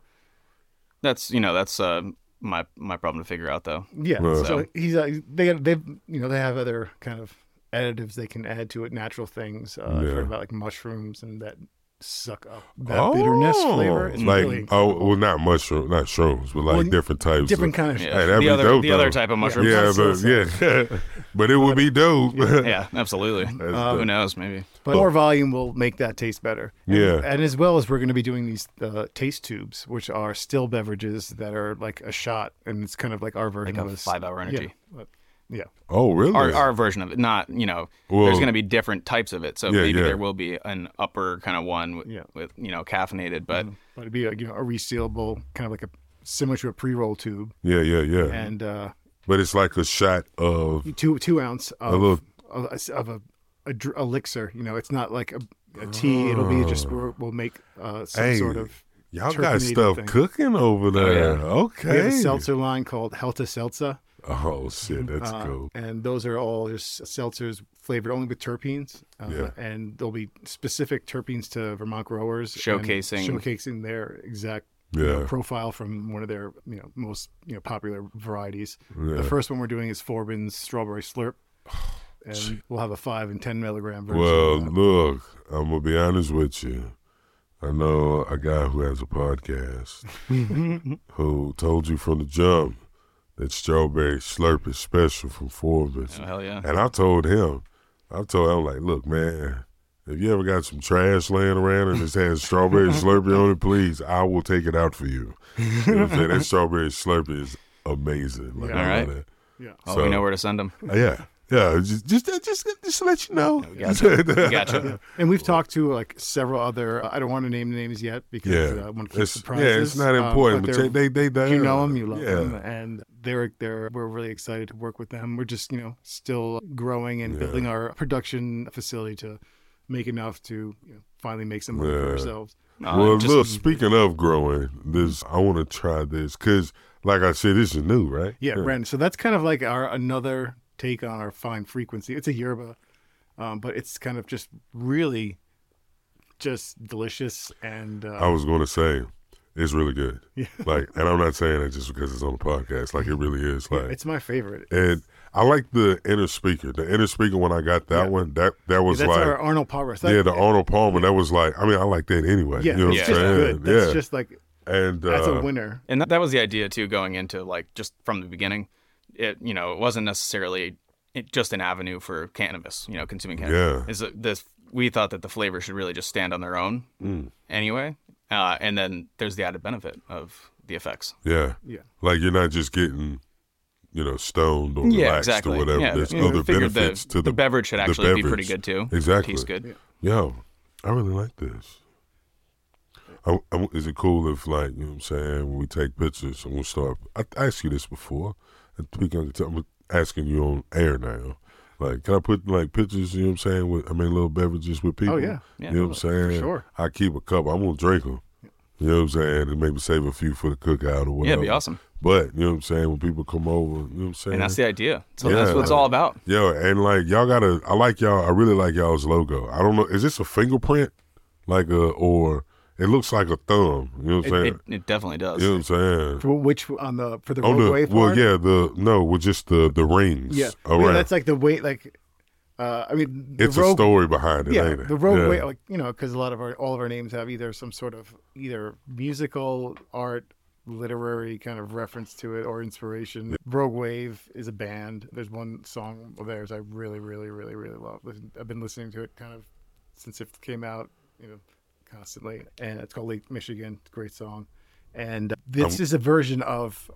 Speaker 2: That's you know that's uh, my my problem to figure out though.
Speaker 3: Yeah,
Speaker 1: Right.
Speaker 3: so he's uh, they they you know they have other kind of additives they can add to it, natural things. Uh, I've
Speaker 1: Yeah.
Speaker 3: heard about like mushrooms and that suck up that bitterness flavor. It's
Speaker 1: Oh, like
Speaker 3: really
Speaker 1: oh, well, not mushroom, not shrooms, but like
Speaker 3: Well,
Speaker 1: different types.
Speaker 3: different
Speaker 1: of,
Speaker 3: kind of.
Speaker 2: Yeah.
Speaker 1: Hey, that'd
Speaker 2: the
Speaker 1: be
Speaker 2: other,
Speaker 1: dope,
Speaker 2: the other
Speaker 1: though.
Speaker 2: type of mushroom.
Speaker 1: Yeah,
Speaker 3: That's
Speaker 1: but yeah, but it would be dope.
Speaker 2: Yeah, absolutely. Uh, Who knows? Maybe.
Speaker 3: But more volume will make that taste better. And-
Speaker 1: Oh. Yeah.
Speaker 3: And as well as we're going to be doing these uh, taste tubes, which are still beverages that are like a shot, and it's kind of like our version
Speaker 2: a
Speaker 3: of a s-
Speaker 2: five-hour energy.
Speaker 3: Yeah. But- yeah.
Speaker 1: oh, really?
Speaker 2: Our, our version of it, not you know.
Speaker 1: Well-
Speaker 2: there's going to be different types of it, so
Speaker 1: Yeah,
Speaker 2: maybe
Speaker 1: yeah.
Speaker 2: there will be an upper kind of one with,
Speaker 3: Yeah.
Speaker 2: with you know caffeinated, but
Speaker 1: Mm-hmm.
Speaker 3: But it'd be like, you know, a resealable, kind of like a similar to a pre roll tube,
Speaker 1: yeah, yeah, yeah.
Speaker 3: and uh,
Speaker 1: but it's like a shot of
Speaker 3: two two ounce of
Speaker 1: A little-
Speaker 3: of, a, of a, a dr- elixir. You know, it's not like a, a tea. It'll be just we're, we'll make uh, some
Speaker 1: Oh. Hey,
Speaker 3: sort of.
Speaker 1: y'all got
Speaker 3: terpene
Speaker 1: stuff
Speaker 3: thing.
Speaker 1: cooking over there.
Speaker 2: yeah.
Speaker 1: Okay.
Speaker 3: Oh, We have a seltzer line called Helta Seltza,
Speaker 1: Oh shit, that's
Speaker 3: uh,
Speaker 1: cool.
Speaker 3: and those are all just seltzers flavored only with terpenes. Uh,
Speaker 1: Yeah.
Speaker 3: And there'll be specific terpenes to Vermont growers, and
Speaker 2: Showcasing-
Speaker 3: showcasing their exact you know,
Speaker 1: Yeah.
Speaker 3: profile from one of their you know most you know popular varieties.
Speaker 1: Yeah.
Speaker 3: The first one we're doing is Forbin's Strawberry Slurp. And we'll have a five and ten milligram version.
Speaker 1: Well, look, I'm gonna be honest with you. I know a guy who has a podcast who told you from the jump that strawberry slurp is special from Forbes.
Speaker 2: oh, hell yeah.
Speaker 1: And I told him, I told him like, look, man, if you ever got some trash laying around and it has strawberry slurpee on it, please, I will take it out for you. You know what I'm saying? That strawberry slurpee is amazing. Like,
Speaker 3: Yeah.
Speaker 1: I
Speaker 2: All
Speaker 1: love
Speaker 2: right.
Speaker 3: yeah.
Speaker 2: Oh,
Speaker 1: So-
Speaker 2: we know where to send them.
Speaker 1: that. Yeah. Yeah, just just just just to let you know.
Speaker 2: Gotcha.
Speaker 3: And we've talked to like several other. uh, I don't want to name names yet because
Speaker 1: Yeah,
Speaker 3: uh, I want to keep
Speaker 1: it's, yeah,
Speaker 3: surprises.
Speaker 1: it's not
Speaker 3: um,
Speaker 1: important. but
Speaker 3: they're-
Speaker 1: they, they, they,
Speaker 3: you know them, you love
Speaker 1: yeah.
Speaker 3: them, and they're they're. We're really excited to work with them. We're just you know still growing and building our production facility to make enough to you know, finally make some money
Speaker 1: Yeah.
Speaker 3: for ourselves.
Speaker 2: Uh,
Speaker 1: well,
Speaker 2: just-
Speaker 1: look. Speaking of growing, this I want to try this because, like I said, this is new, right?
Speaker 3: Yeah, Ren. So that's kind of like our another take on our fine frequency. It's a yerba, um, but it's kind of just really, just delicious and uh,
Speaker 1: I was going to say, it's really good. Like, and I'm not saying that just because it's on the podcast. Like, it really is. Like,
Speaker 3: it's my favorite.
Speaker 1: and I like the inner speaker. The inner speaker when I got that one, that that was
Speaker 3: That's
Speaker 1: like,
Speaker 3: our Arnold Palmer. It's not-
Speaker 1: yeah, the Arnold Palmer. That was like, I mean, I like that anyway.
Speaker 3: yeah,
Speaker 1: you know
Speaker 3: it's
Speaker 1: what
Speaker 3: just
Speaker 1: I'm saying?
Speaker 3: good. That's
Speaker 1: yeah,
Speaker 3: just like
Speaker 1: and uh,
Speaker 3: that's a winner.
Speaker 2: and that, that was the idea too going into like just from the beginning it you know it wasn't necessarily it, just an avenue for cannabis you know consuming cannabis
Speaker 1: Yeah.
Speaker 2: is that this we thought that the flavor should really just stand on their own
Speaker 1: Mm.
Speaker 2: anyway uh, and then there's the added benefit of the effects
Speaker 1: Yeah.
Speaker 3: Yeah.
Speaker 1: Like you're not just getting, you know, stoned or
Speaker 2: yeah
Speaker 1: relaxed
Speaker 2: exactly
Speaker 1: or whatever.
Speaker 2: yeah,
Speaker 1: There's
Speaker 2: you know,
Speaker 1: other
Speaker 2: figured the-
Speaker 1: benefits to the,
Speaker 2: the beverage should
Speaker 1: the
Speaker 2: actually be pretty
Speaker 1: beverage.
Speaker 2: good too
Speaker 1: Exactly.
Speaker 2: taste good
Speaker 1: Yo, I really like this. I, I- is it cool if, like, you know what I'm saying, when we take pictures, I'm going to start. I I asked you this before. I think I'm, I'm asking you on air now. Like, can I put, like, pictures, you know what I'm saying, with, I mean, little beverages with people?
Speaker 3: Oh, yeah.
Speaker 2: Yeah.
Speaker 1: You know what I'm saying?
Speaker 3: sure.
Speaker 1: I keep a couple. I'm going to drink them. You know what I'm saying? And maybe save a few for the cookout or whatever.
Speaker 2: yeah it'd be awesome
Speaker 1: But you know what I'm saying? When people come over, you know what I'm saying?
Speaker 2: and that's the idea so
Speaker 1: Yeah.
Speaker 2: that's what it's all about
Speaker 1: Yo, and like y'all gotta I like y'all I really like y'all's logo. I don't know, is this a fingerprint? Like a or it looks like a thumb. You know what I'm
Speaker 2: it,
Speaker 1: saying?
Speaker 2: it, it definitely does
Speaker 1: you know what I'm saying?
Speaker 3: For which on the for the
Speaker 1: On
Speaker 3: roadway
Speaker 1: Oh, the well
Speaker 3: part?
Speaker 1: yeah, the no, with just the the rings
Speaker 3: yeah.
Speaker 1: around.
Speaker 3: Yeah, that's like the weight. Like, uh, I mean, the
Speaker 1: it's a
Speaker 3: road,
Speaker 1: story behind it,
Speaker 3: Yeah,
Speaker 1: ain't it?
Speaker 3: the roadway.
Speaker 1: Yeah.
Speaker 3: Like you know, because a lot of our all of our names have either some sort of either musical art. Literary kind of reference to it or inspiration. Rogue Wave is a band. There's one song of theirs I really, really, really, really love. Listen- I've been listening to it kind of since it came out, you know, constantly. And it's called Lake Michigan. It's a great song. And uh, this is a version of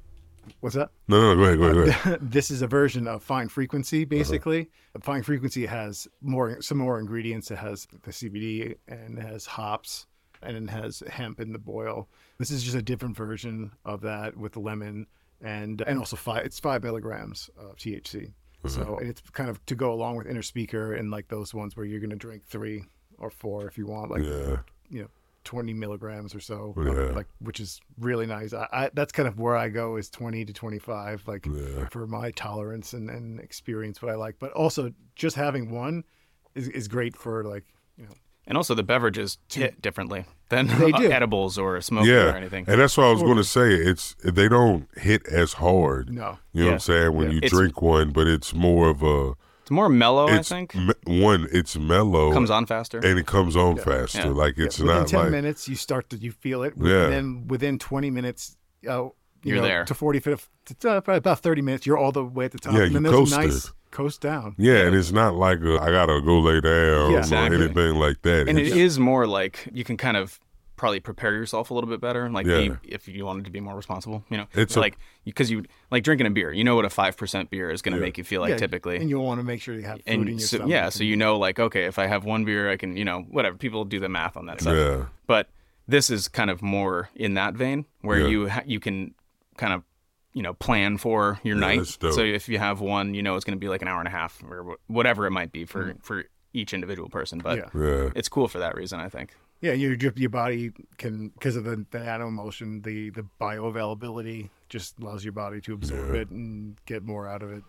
Speaker 3: what's that?
Speaker 1: No, no, no, go ahead, go ahead, go ahead.
Speaker 3: this is a version of fine frequency basically fine frequency has more some more ingredients it has the cbd and it has hops and it has hemp in the boil this is just a different version of that with lemon and and also five it's five milligrams of thc so and it's kind of to go along with inner speaker and like those ones where you're going to drink three or four if you want like
Speaker 1: Yeah.
Speaker 3: you know 20 milligrams or so uh,
Speaker 1: Yeah.
Speaker 3: like which is really nice I, I that's kind of where i go is 20 to 25 like
Speaker 1: Yeah.
Speaker 3: for my tolerance and, and experience what i like but also just having one is, is great for like you know
Speaker 2: and also the beverages hit differently than
Speaker 3: They do.
Speaker 2: edibles or smoking
Speaker 1: Yeah.
Speaker 2: or anything
Speaker 1: And that's what I was gonna say. It's they don't hit as hard. You
Speaker 3: no
Speaker 1: know what
Speaker 2: Yeah.
Speaker 1: I'm saying? When you
Speaker 2: It's-
Speaker 1: drink one, but it's more of a
Speaker 2: It's more mellow,
Speaker 1: it's
Speaker 2: I think.
Speaker 1: me- one. It's mellow.
Speaker 2: Comes on faster.
Speaker 1: and it comes on faster.
Speaker 2: Yeah.
Speaker 1: Like it's
Speaker 3: Within
Speaker 1: not
Speaker 3: ten
Speaker 1: like
Speaker 3: minutes, you start to you feel it.
Speaker 1: Yeah.
Speaker 3: And then within twenty minutes, uh, you
Speaker 2: You're
Speaker 3: know,
Speaker 2: there.
Speaker 3: to forty fifth, to, uh, probably about thirty minutes. You're all the way at the top.
Speaker 1: Yeah,
Speaker 3: and then
Speaker 1: you
Speaker 3: there's a
Speaker 1: coasted.
Speaker 3: nice coast down.
Speaker 1: yeah, and it's not like a, I gotta go lay down
Speaker 3: Yeah.
Speaker 1: or
Speaker 2: Exactly.
Speaker 1: anything like that.
Speaker 2: and it
Speaker 1: It's-
Speaker 2: is more like you can kind of probably prepare yourself a little bit better like
Speaker 1: Yeah.
Speaker 2: be, if you wanted to be more responsible you know
Speaker 1: It's
Speaker 2: it's
Speaker 1: a-
Speaker 2: like because you like drinking a beer you know what a 5% beer is going to
Speaker 1: Yeah.
Speaker 2: make you feel like
Speaker 3: Yeah,
Speaker 2: typically
Speaker 3: and you'll want to make sure you have food in your
Speaker 2: so,
Speaker 3: stomach.
Speaker 2: yeah so you know like okay if i have one beer i can you know whatever people do the math on that stuff
Speaker 1: Yeah.
Speaker 2: but this is kind of more in that vein where
Speaker 1: Yeah.
Speaker 2: you ha- you can kind of you know plan for your night
Speaker 1: that's dope.
Speaker 2: so if you have one you know it's going to be like an hour and a half or wh- whatever it might be for for each individual person but
Speaker 3: Mm. Yeah.
Speaker 1: yeah.
Speaker 2: it's cool for that reason i think
Speaker 3: Yeah, your your your body can because of the, the nanoemulsion, the the bioavailability just allows your body to absorb it and get more out of it.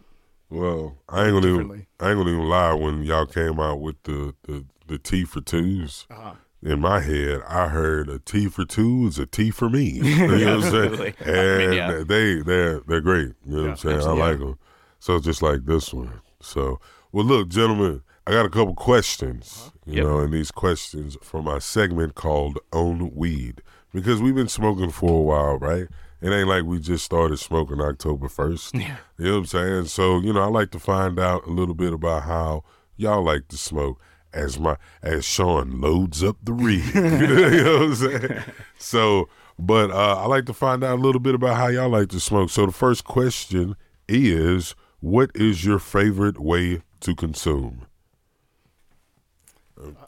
Speaker 1: Well, I ain't gonna even,
Speaker 3: differently.
Speaker 1: I ain't gonna even lie. When y'all came out with the the, the T for 2s
Speaker 3: Uh-huh.
Speaker 1: in my head, I heard a T for two is a T for me. You know what I'm saying?
Speaker 2: Absolutely. I
Speaker 1: And
Speaker 2: mean, yeah.
Speaker 1: they they're they're great. You know what I'm saying? I like them. So just like this one. So well, look, gentlemen, I got a couple questions. You
Speaker 2: Yep.
Speaker 1: know, and these questions from our segment called "Own Weed" because we've been smoking for a while, right? It ain't like we just started smoking October first. Yeah. You know what I'm saying? So, you know, I like to find out a little bit about how y'all like to smoke as my as Sean loads up the rig. you know what I'm saying? So, but uh, I like to find out a little bit about how y'all like to smoke. So the first question is what is your favorite way to consume?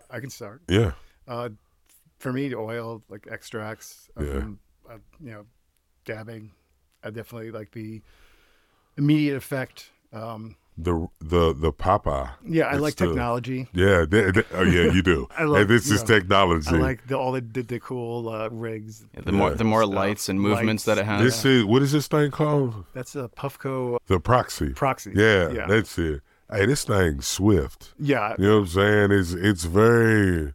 Speaker 3: I can start.
Speaker 1: Yeah.
Speaker 3: Uh, for me, the oil like extracts. Um, uh, you know, dabbing. I definitely like the immediate effect. Um,
Speaker 1: The the the Popeye.
Speaker 3: yeah, I
Speaker 1: It's
Speaker 3: like
Speaker 1: the-
Speaker 3: technology.
Speaker 1: Yeah, they- they- oh yeah, you do.
Speaker 3: I love-
Speaker 1: and this
Speaker 3: you
Speaker 1: is
Speaker 3: know,
Speaker 1: technology.
Speaker 3: I like the, all the the, the cool uh, rigs.
Speaker 2: the more the more lights and movements
Speaker 3: Lights.
Speaker 2: that it has
Speaker 1: this is what is this thing called?
Speaker 3: That's a Puffco
Speaker 1: The proxy.
Speaker 3: proxy.
Speaker 1: Yeah,
Speaker 3: yeah,
Speaker 1: that's it. Hey, this thing's swift.
Speaker 3: yeah.
Speaker 1: You know what I'm saying? It's it's very.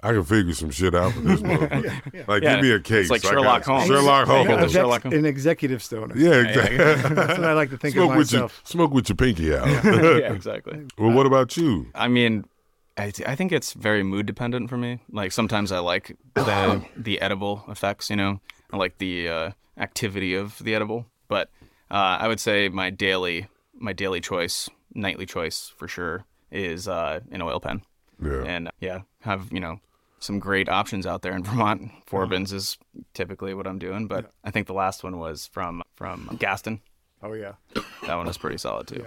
Speaker 1: I can figure some shit out with this motherfucker. Like,
Speaker 2: Yeah,
Speaker 1: give me a
Speaker 2: it's
Speaker 1: case.
Speaker 2: like
Speaker 1: I
Speaker 2: Sherlock
Speaker 1: got-
Speaker 2: Holmes.
Speaker 1: Sherlock
Speaker 2: Yeah,
Speaker 1: Holmes.
Speaker 2: yeah,
Speaker 3: An,
Speaker 2: Sherlock
Speaker 3: exec-
Speaker 2: Holmes.
Speaker 3: an executive stoner.
Speaker 1: Yeah, exactly.
Speaker 3: That's what I like to think
Speaker 1: smoke
Speaker 3: of
Speaker 1: with your
Speaker 3: myself.
Speaker 1: smoke with your pinky out.
Speaker 2: yeah exactly
Speaker 1: well, what about you?
Speaker 2: I mean, I, I think it's very mood dependent for me. Like sometimes I like the the edible effects, you know, I like the uh, activity of the edible. But uh, I would say my daily my daily choice, nightly choice for sure, is uh, an oil pen.
Speaker 1: Yeah.
Speaker 2: And yeah, have you know some great options out there in Vermont. Four bins is typically what I'm doing, but I think the last one was from from Gaston.
Speaker 3: Oh yeah.
Speaker 2: That one was pretty solid too.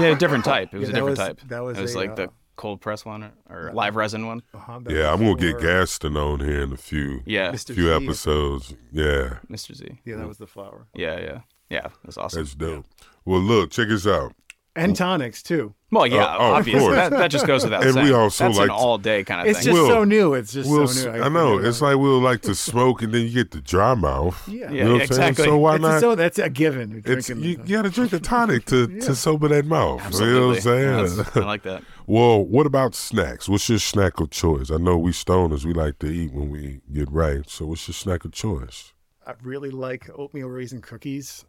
Speaker 2: Yeah, a different type. It was
Speaker 3: Yeah,
Speaker 2: a different
Speaker 3: that was-
Speaker 2: type.
Speaker 3: that was
Speaker 2: it was
Speaker 3: a,
Speaker 2: like
Speaker 3: uh,
Speaker 2: the cold press one or- or live resin one.
Speaker 3: Uh-huh, that
Speaker 1: Yeah, I'm
Speaker 3: was
Speaker 1: gonna get
Speaker 3: for
Speaker 1: Gaston on here in a few
Speaker 2: Yeah, Mr.
Speaker 3: Mr.
Speaker 1: few
Speaker 3: Z.
Speaker 1: episodes. Yeah,
Speaker 2: Mr. Z.
Speaker 3: Yeah, that was the flower.
Speaker 2: Yeah, yeah, yeah. That's awesome.
Speaker 1: that's dope. Well, look, check this out.
Speaker 2: Mm.
Speaker 3: And tonics too.
Speaker 2: well, yeah,
Speaker 1: oh, of
Speaker 2: obviously
Speaker 1: course.
Speaker 2: that, that just goes without
Speaker 1: And we
Speaker 2: saying.
Speaker 1: also
Speaker 2: That's
Speaker 1: like-
Speaker 2: an all day kind of
Speaker 3: It's
Speaker 2: thing.
Speaker 3: just
Speaker 1: Will-
Speaker 3: so new. It's just
Speaker 1: We'll,
Speaker 3: so new.
Speaker 1: I know it's like we'll like to smoke and then you get the dry mouth.
Speaker 3: Yeah.
Speaker 1: you know what I'm
Speaker 2: exactly.
Speaker 1: saying. So why
Speaker 3: It's a-
Speaker 1: not?
Speaker 3: so that's a given. You're
Speaker 1: It's
Speaker 3: drinking
Speaker 1: you,
Speaker 3: the-
Speaker 1: you gotta drink a tonic to, to sober that mouth. You know what I'm
Speaker 2: Absolutely. Yeah,
Speaker 1: saying?
Speaker 2: that's- I like that.
Speaker 1: well, what about snacks? What's your snack of choice? I know we stoners, we like to eat when we get right. So what's your snack of choice?
Speaker 3: I really like oatmeal raisin cookies,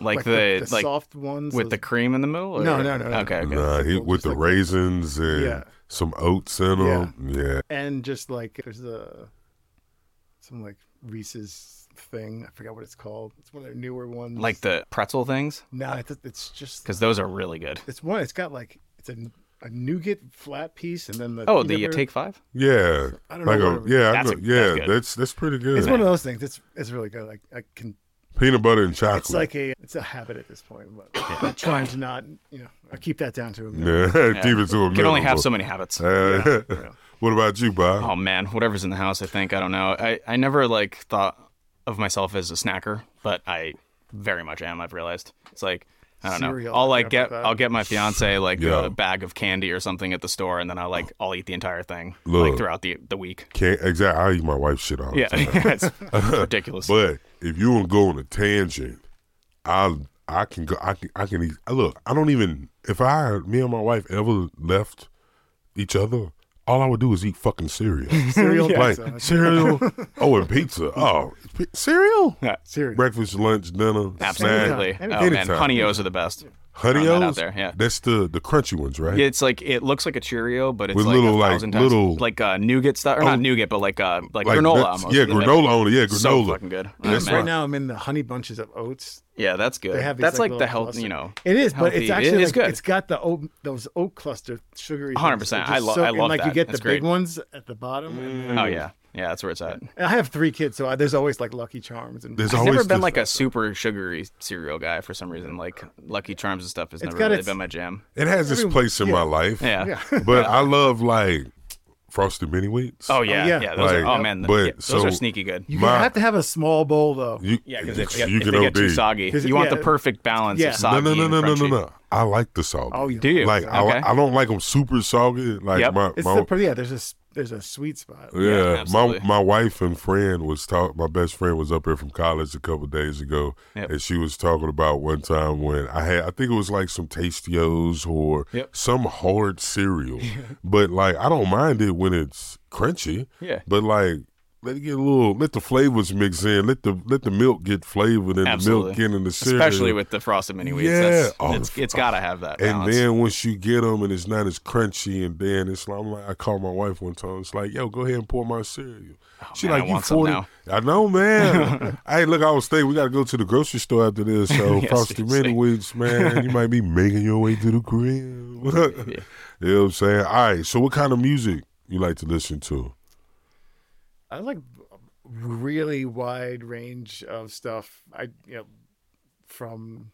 Speaker 2: Like,
Speaker 3: like
Speaker 2: the,
Speaker 3: the, the
Speaker 2: like
Speaker 3: soft ones
Speaker 2: with
Speaker 3: those-
Speaker 2: the cream in the middle. Or?
Speaker 3: No, no, no, no.
Speaker 2: Okay, okay.
Speaker 1: Nah, he, with the raisins and
Speaker 3: Yeah.
Speaker 1: some oats in them. Yeah.
Speaker 3: and just like there's a some like Reese's thing. I forgot what it's called. It's one of their newer ones.
Speaker 2: Like the pretzel things,
Speaker 3: no, it's, it's just
Speaker 2: because those are really good.
Speaker 3: it's one. It's got like it's a a nougat flat piece, and then the
Speaker 2: Oh,
Speaker 3: peanut
Speaker 2: the uh,
Speaker 3: butter-
Speaker 2: take five.
Speaker 1: Yeah.
Speaker 3: I don't
Speaker 1: like
Speaker 3: know.
Speaker 1: a
Speaker 3: whatever.
Speaker 1: yeah, I
Speaker 2: That's
Speaker 1: know,
Speaker 2: a- that's
Speaker 1: yeah,
Speaker 2: good.
Speaker 1: that's that's pretty good.
Speaker 3: It's one of those things. It's it's really good. Like I can.
Speaker 1: Peanut butter and chocolate.
Speaker 3: It's like a it's a habit at this point. But I'm trying to not you know I keep that down to a minimum.
Speaker 1: yeah, keep it to a
Speaker 2: You can only
Speaker 1: minimum.
Speaker 2: have so many habits.
Speaker 1: Uh, what about you, Bob?
Speaker 2: Oh man, whatever's in the house, I think I don't know. I I never like thought of myself as a snacker, but I very much am. I've realized it's like I don't know.
Speaker 3: Cereal,
Speaker 2: I'll like
Speaker 3: crap
Speaker 2: get
Speaker 3: like that.
Speaker 2: I'll get my fiance like
Speaker 1: Yeah.
Speaker 2: a bag of candy or something at the store, and then I like I'll eat the entire thing
Speaker 1: Look.
Speaker 2: like throughout the the week.
Speaker 1: Can't exactly. I eat my wife's shit all the
Speaker 2: Yeah,
Speaker 1: time.
Speaker 2: it's, it's ridiculous.
Speaker 1: But if you want to go on a tangent, I I can go. I can I can eat. uh, Look, I don't even. If I me and my wife ever left each other, all I would do is eat fucking cereal.
Speaker 3: Cereal,
Speaker 1: like
Speaker 3: pizza,
Speaker 1: cereal. oh, and pizza. Oh, p- cereal.
Speaker 3: cereal.
Speaker 1: Breakfast, lunch, dinner, snack.
Speaker 2: Absolutely. Oh man,
Speaker 1: Anytime.
Speaker 2: honey o's are the best. throwing that out
Speaker 1: Honeyos?
Speaker 2: there. Yeah.
Speaker 1: That's the the crunchy ones, right?
Speaker 2: It's like it looks like a Cheerio, but it's
Speaker 1: With
Speaker 2: like
Speaker 1: little,
Speaker 2: a
Speaker 1: like,
Speaker 2: thousand times
Speaker 1: little- Oh.
Speaker 2: like uh, nougat stuff, or not nougat, but like uh, like,
Speaker 1: Like
Speaker 2: granola
Speaker 1: nuts-
Speaker 2: almost.
Speaker 1: Yeah,
Speaker 2: Isn't it?
Speaker 1: granola on it. Yeah, granola.
Speaker 2: So fucking good. Oh,
Speaker 1: That's
Speaker 2: man.
Speaker 1: right.
Speaker 3: Right now, I'm in the honey bunches of oats.
Speaker 2: Yeah, that's good.
Speaker 3: They have these,
Speaker 2: that's like, the
Speaker 3: little
Speaker 2: health,
Speaker 3: cluster-
Speaker 2: you know.
Speaker 3: It is, but
Speaker 2: healthy-
Speaker 3: it's actually
Speaker 2: it is
Speaker 3: like-
Speaker 2: good.
Speaker 3: It's got the oat, those oat cluster sugary. things.
Speaker 2: 100%.
Speaker 3: They're just
Speaker 2: I lo- I
Speaker 3: and,
Speaker 2: love
Speaker 3: like you
Speaker 2: that.
Speaker 3: get
Speaker 2: That's
Speaker 3: the
Speaker 2: great. Mm.
Speaker 3: big ones at the bottom. and then-
Speaker 2: Oh yeah, yeah, that's where it's at.
Speaker 3: And I have three kids, so I, there's always like Lucky Charms and
Speaker 1: There's
Speaker 2: I've
Speaker 1: always
Speaker 2: never been
Speaker 1: this-
Speaker 2: like a super sugary cereal guy for some reason. Like Lucky Charms and stuff has never
Speaker 3: got
Speaker 2: really
Speaker 3: its-
Speaker 2: been my jam.
Speaker 1: it has its
Speaker 3: every-
Speaker 1: place in
Speaker 3: yeah.
Speaker 1: my life.
Speaker 2: Yeah.
Speaker 1: But I love like frosted mini wheats.
Speaker 2: Oh yeah, yeah.
Speaker 3: yeah.
Speaker 2: those are,
Speaker 1: Like,
Speaker 2: oh man, the-
Speaker 1: but
Speaker 2: yeah, those
Speaker 1: so-
Speaker 2: are sneaky good.
Speaker 3: you
Speaker 1: My-
Speaker 3: have to have a small bowl though.
Speaker 1: you,
Speaker 2: Yeah, because if,
Speaker 1: you,
Speaker 2: if
Speaker 1: can
Speaker 2: they get
Speaker 1: OD.
Speaker 2: too soggy,
Speaker 3: 'Cause it-
Speaker 2: you want the
Speaker 3: yeah.
Speaker 2: perfect balance
Speaker 3: Yeah.
Speaker 2: of
Speaker 1: No,
Speaker 2: soggy
Speaker 1: no, no,
Speaker 2: and
Speaker 1: no, no, no,
Speaker 2: crunchy.
Speaker 1: no. I like the soggy.
Speaker 3: Oh, you
Speaker 2: Do you?
Speaker 1: Like I,
Speaker 2: Okay.
Speaker 1: I don't like them super soggy. Like
Speaker 2: Yep.
Speaker 1: my,
Speaker 3: It's
Speaker 1: my
Speaker 3: the pretty. Yeah, there's a s- there's a sweet spot.
Speaker 1: Yeah, my
Speaker 2: absolutely.
Speaker 1: my wife and friend was talk. My best friend was up here from college a couple days ago,
Speaker 2: Yep.
Speaker 1: and she was talking about one time when I had I think it was like some Tastios or
Speaker 2: Yep.
Speaker 1: some hard cereal, but like I don't mind it when it's crunchy.
Speaker 2: Yeah.
Speaker 1: but like. Let it get a little. Let the flavors mix in. Let the let the milk get flavored and the milk
Speaker 2: Absolutely.
Speaker 1: get in the cereal.
Speaker 2: especially with the frosted mini wheats.
Speaker 1: Yeah.
Speaker 2: that's,
Speaker 1: Oh,
Speaker 2: it's, it's got to have that.
Speaker 1: And
Speaker 2: Balance.
Speaker 1: then once you get them and it's not as crunchy, and then it's like, I'm like I called my wife one time. It's like, yo, go ahead and pour my cereal. she
Speaker 2: Oh, man, I
Speaker 1: like you
Speaker 2: want some
Speaker 1: forty.
Speaker 2: now.
Speaker 1: I know, man. hey, look, I was thinking we got to go to the grocery store after this. So
Speaker 2: Yes,
Speaker 1: frosted mini
Speaker 2: seriously.
Speaker 1: wheats, man. You might be making your way to the crib. You know what I'm saying? All right. So what kind of music you like to listen to?
Speaker 3: I like really wide range of stuff. I you know from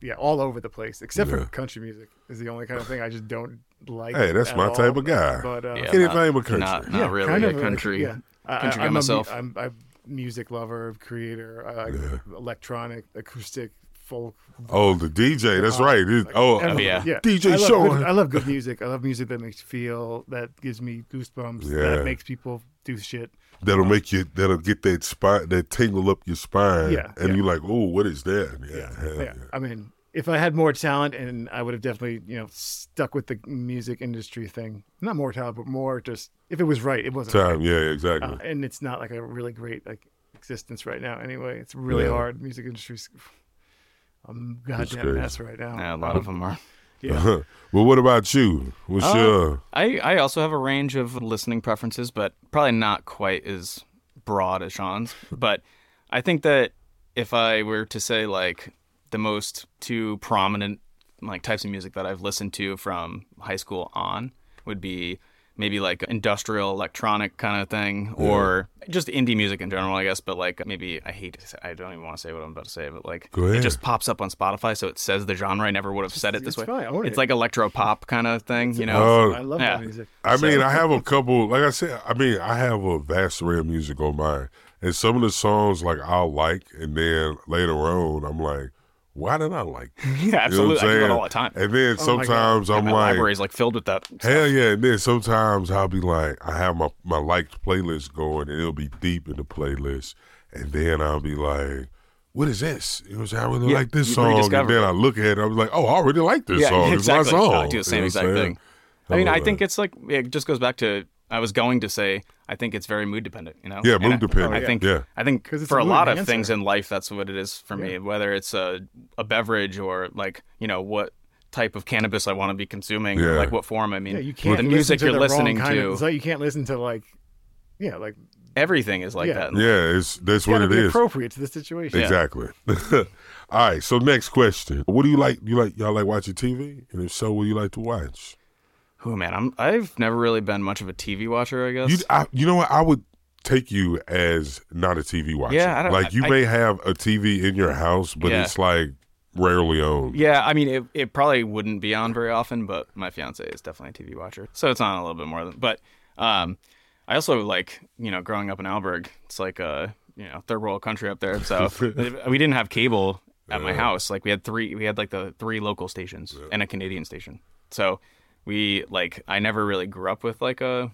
Speaker 3: yeah all over the place except
Speaker 1: Yeah.
Speaker 3: for country music is the only kind of thing I just don't like.
Speaker 1: Hey, that's
Speaker 3: at
Speaker 1: my type
Speaker 3: all.
Speaker 1: of guy.
Speaker 3: But uh,
Speaker 2: Yeah,
Speaker 1: Anything
Speaker 2: not-
Speaker 1: but country.
Speaker 2: Not, not
Speaker 3: yeah,
Speaker 2: really
Speaker 3: kind
Speaker 2: a
Speaker 3: of like-
Speaker 2: country.
Speaker 3: yeah. I-
Speaker 2: country
Speaker 3: I,
Speaker 2: guy
Speaker 3: am
Speaker 2: myself.
Speaker 3: A, mu- I'm I'm a music lover, creator, uh, electronic, acoustic, folk.
Speaker 1: Oh, the DJ. That's right. It- oh,
Speaker 3: everything.
Speaker 2: Uh-huh. yeah.
Speaker 1: DJ
Speaker 3: I love
Speaker 1: Sean.
Speaker 3: good- I love good music. I love music that makes you feel that gives me goosebumps.
Speaker 1: Yeah.
Speaker 3: That makes people do shit.
Speaker 1: that'll make you that'll get that spot that tingle up your spine
Speaker 3: Yeah,
Speaker 1: and
Speaker 3: yeah.
Speaker 1: you're like oh what is that yeah, hell
Speaker 3: Yeah.
Speaker 1: yeah.
Speaker 3: I mean, if I had more talent, and I would have definitely, you know, stuck with the music industry thing. Not more talent, but more just if it was right, it wasn't.
Speaker 1: time yeah
Speaker 3: Uh,
Speaker 1: exactly
Speaker 3: and it's not like a really great like existence right now. Anyway, it's really
Speaker 1: Yeah.
Speaker 3: hard. Music industry's a m-
Speaker 1: crazy.
Speaker 3: goddamn mess right now.
Speaker 2: Yeah, a lot of them are.
Speaker 1: well what about you what's
Speaker 2: Uh,
Speaker 1: your
Speaker 2: I, I also have a range of listening preferences, but probably not quite as broad as Sean's. But I think that if I were to say like the most two prominent like types of music that I've listened to from high school on would be maybe like industrial electronic kind of thing or just indie music in general, I guess. But like maybe I hate to say, I don't even want to say what I'm about to say, but like
Speaker 1: Go
Speaker 2: it
Speaker 1: ahead.
Speaker 2: just pops up on Spotify, so it says the genre. I never would have said it this
Speaker 3: it's
Speaker 2: way.
Speaker 3: fine, own
Speaker 2: It's
Speaker 3: it.
Speaker 2: like electro pop kind of thing, you know.
Speaker 1: Oh,
Speaker 3: I love
Speaker 2: yeah.
Speaker 3: that music.
Speaker 1: I mean, I have a couple. Like I said, I mean, I have a vast array of music on mine, and some of the songs like I'll like, and then later on, I'm like, why did I like? that?
Speaker 2: Yeah, absolutely.
Speaker 1: You know what I'm
Speaker 2: I do that
Speaker 1: saying?
Speaker 2: all the time. Oh
Speaker 1: And then
Speaker 3: God.
Speaker 1: sometimes I'm
Speaker 2: my
Speaker 1: like,
Speaker 2: library is like filled with that.
Speaker 1: Hell yeah! And then sometimes I'll be like, I have my my liked playlist going, and it'll be deep in the playlist, and then I'll be like, "What is this?" It was I really
Speaker 2: Yeah,
Speaker 1: like this
Speaker 2: you
Speaker 1: song, and
Speaker 2: rediscover
Speaker 1: then
Speaker 2: it.
Speaker 1: I look at it, I'm like, "Oh, I already like this song. It's my song."
Speaker 2: I do the same
Speaker 1: You know what
Speaker 2: exact
Speaker 1: I'm saying?
Speaker 2: thing. I mean,
Speaker 1: love
Speaker 2: I
Speaker 1: that.
Speaker 2: think it's like it just goes back to I was going to say I think it's very mood dependent. You know?
Speaker 1: Yeah,
Speaker 2: And
Speaker 1: mood
Speaker 2: I-
Speaker 1: dependent.
Speaker 2: I think
Speaker 1: Yeah.
Speaker 2: I think
Speaker 3: Oh, 'Cause it's
Speaker 2: for
Speaker 3: a
Speaker 2: a
Speaker 3: mood
Speaker 2: lot of
Speaker 3: enhancer.
Speaker 2: things in life, that's what it is for me. Whether it's a a beverage or like you know what type of cannabis I want to be consuming, or
Speaker 1: Yeah.
Speaker 2: like what form. I mean,
Speaker 3: Yeah, you can't.
Speaker 2: the
Speaker 3: listen
Speaker 2: music
Speaker 3: to
Speaker 2: you're
Speaker 3: the wrong
Speaker 2: listening
Speaker 3: kind
Speaker 2: to,
Speaker 3: Of, so you can't listen to like, yeah, like
Speaker 2: everything is like
Speaker 3: Yeah.
Speaker 2: that.
Speaker 1: Yeah, it's that's what
Speaker 3: gotta
Speaker 1: it
Speaker 3: be
Speaker 1: is.
Speaker 3: appropriate to the situation.
Speaker 1: Exactly. All right. So next question: What do you like? You like y'all like watching TV, and if so, what do you like to watch?
Speaker 2: Oh man, I'm I've never really been much of a TV watcher. I guess
Speaker 1: You, I, you know what? I would take you as not a TV watcher.
Speaker 2: Yeah, I don't-
Speaker 1: like you
Speaker 2: I-
Speaker 1: may have a TV in your house, but
Speaker 2: Yeah.
Speaker 1: it's like rarely owned.
Speaker 2: Yeah, I mean, it, it probably wouldn't be on very often, but my fiance is definitely a TV watcher, so it's on a little bit more. Than, but um, I also like you know growing up in Alberg, it's like a you know third world country up there, so we didn't have cable at my house. Like we had three, we had like the three local stations and a Canadian station. So we like I never really grew up with like a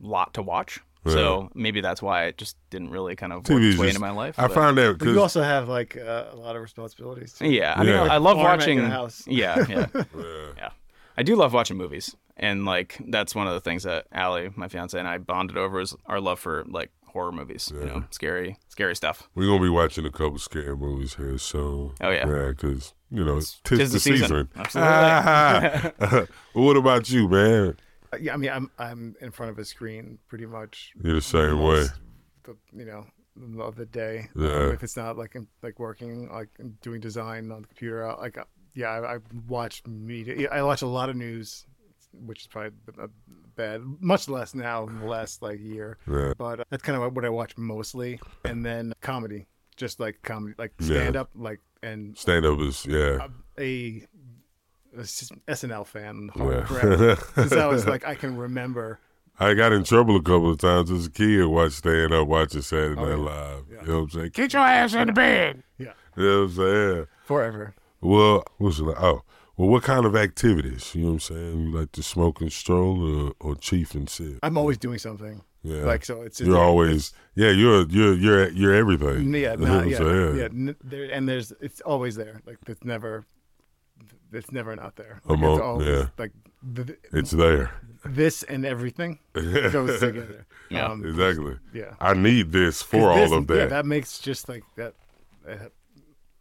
Speaker 2: lot to watch. So maybe that's why it just didn't really kind of work
Speaker 1: TV is
Speaker 2: its way
Speaker 1: just-
Speaker 2: into my life.
Speaker 1: I
Speaker 2: but-
Speaker 1: find that
Speaker 3: But you
Speaker 1: because
Speaker 3: also have like uh, a lot of responsibilities. too.
Speaker 2: Yeah, I mean,
Speaker 1: Yeah.
Speaker 2: I love
Speaker 3: Farm at
Speaker 2: watching.
Speaker 3: your house.
Speaker 2: Yeah, yeah, yeah. I do love watching movies, and like that's one of the things that Allie, my fiance, and I bonded over is our love for like horror movies. You know, scary, scary stuff.
Speaker 1: We're gonna be watching a couple scary movies here soon.
Speaker 2: Oh, yeah.
Speaker 1: because you know tis,
Speaker 2: tis
Speaker 1: the
Speaker 2: the
Speaker 1: season. Ah.
Speaker 2: season. Absolutely.
Speaker 1: Ah-ha. well, what about you, man?
Speaker 3: Uh, Yeah, I mean, I'm I'm in front of a screen pretty much.
Speaker 1: You're the same way.
Speaker 3: most of the- you know, of the day. Um,
Speaker 1: Yeah.
Speaker 3: If it's not like I'm, like working, like doing design on the computer, I, like uh, yeah, I, I watch media. yeah, I watch a lot of news, which is probably b- uh, bad. Much less now in the last like year.
Speaker 1: Yeah.
Speaker 3: But uh, that's kind of what I watch mostly, and then comedy, just like comedy, like
Speaker 1: Yeah.
Speaker 3: stand up, like and
Speaker 1: Stand up is yeah.
Speaker 3: a, a s- SNL fan. hardcore.
Speaker 1: yeah.
Speaker 3: Since I was like, I can remember.
Speaker 1: I got in trouble a couple of times as a kid watching stand up, watching Saturday Night Live. You know what I'm saying? Get your ass in the bed.
Speaker 3: Oh, Yeah.
Speaker 1: You know what I'm saying?
Speaker 3: Forever.
Speaker 1: Well, what's it like? Oh, well, what kind of activities? You know what I'm saying? You like to smoke and stroll or, or chief and sip?
Speaker 3: I'm always doing something.
Speaker 1: Yeah.
Speaker 3: Like so, it's just
Speaker 1: you're always yeah. You're you're you're you're everything.
Speaker 3: yeah,
Speaker 1: You know what
Speaker 3: not,
Speaker 1: I'm
Speaker 3: yeah,
Speaker 1: saying?
Speaker 3: yeah. n- There, and there's it's always there. Like it's never, it's never not there. Like,
Speaker 1: I'm
Speaker 3: it's
Speaker 1: on-
Speaker 3: always,
Speaker 1: yeah.
Speaker 3: Like th- th-
Speaker 1: It's there.
Speaker 3: this and everything goes together.
Speaker 2: Yeah.
Speaker 3: Um,
Speaker 1: Exactly.
Speaker 3: yeah.
Speaker 1: I need this for
Speaker 3: 'Cause
Speaker 1: all
Speaker 3: this-
Speaker 1: of that.
Speaker 3: Yeah, that makes just like that. Uh,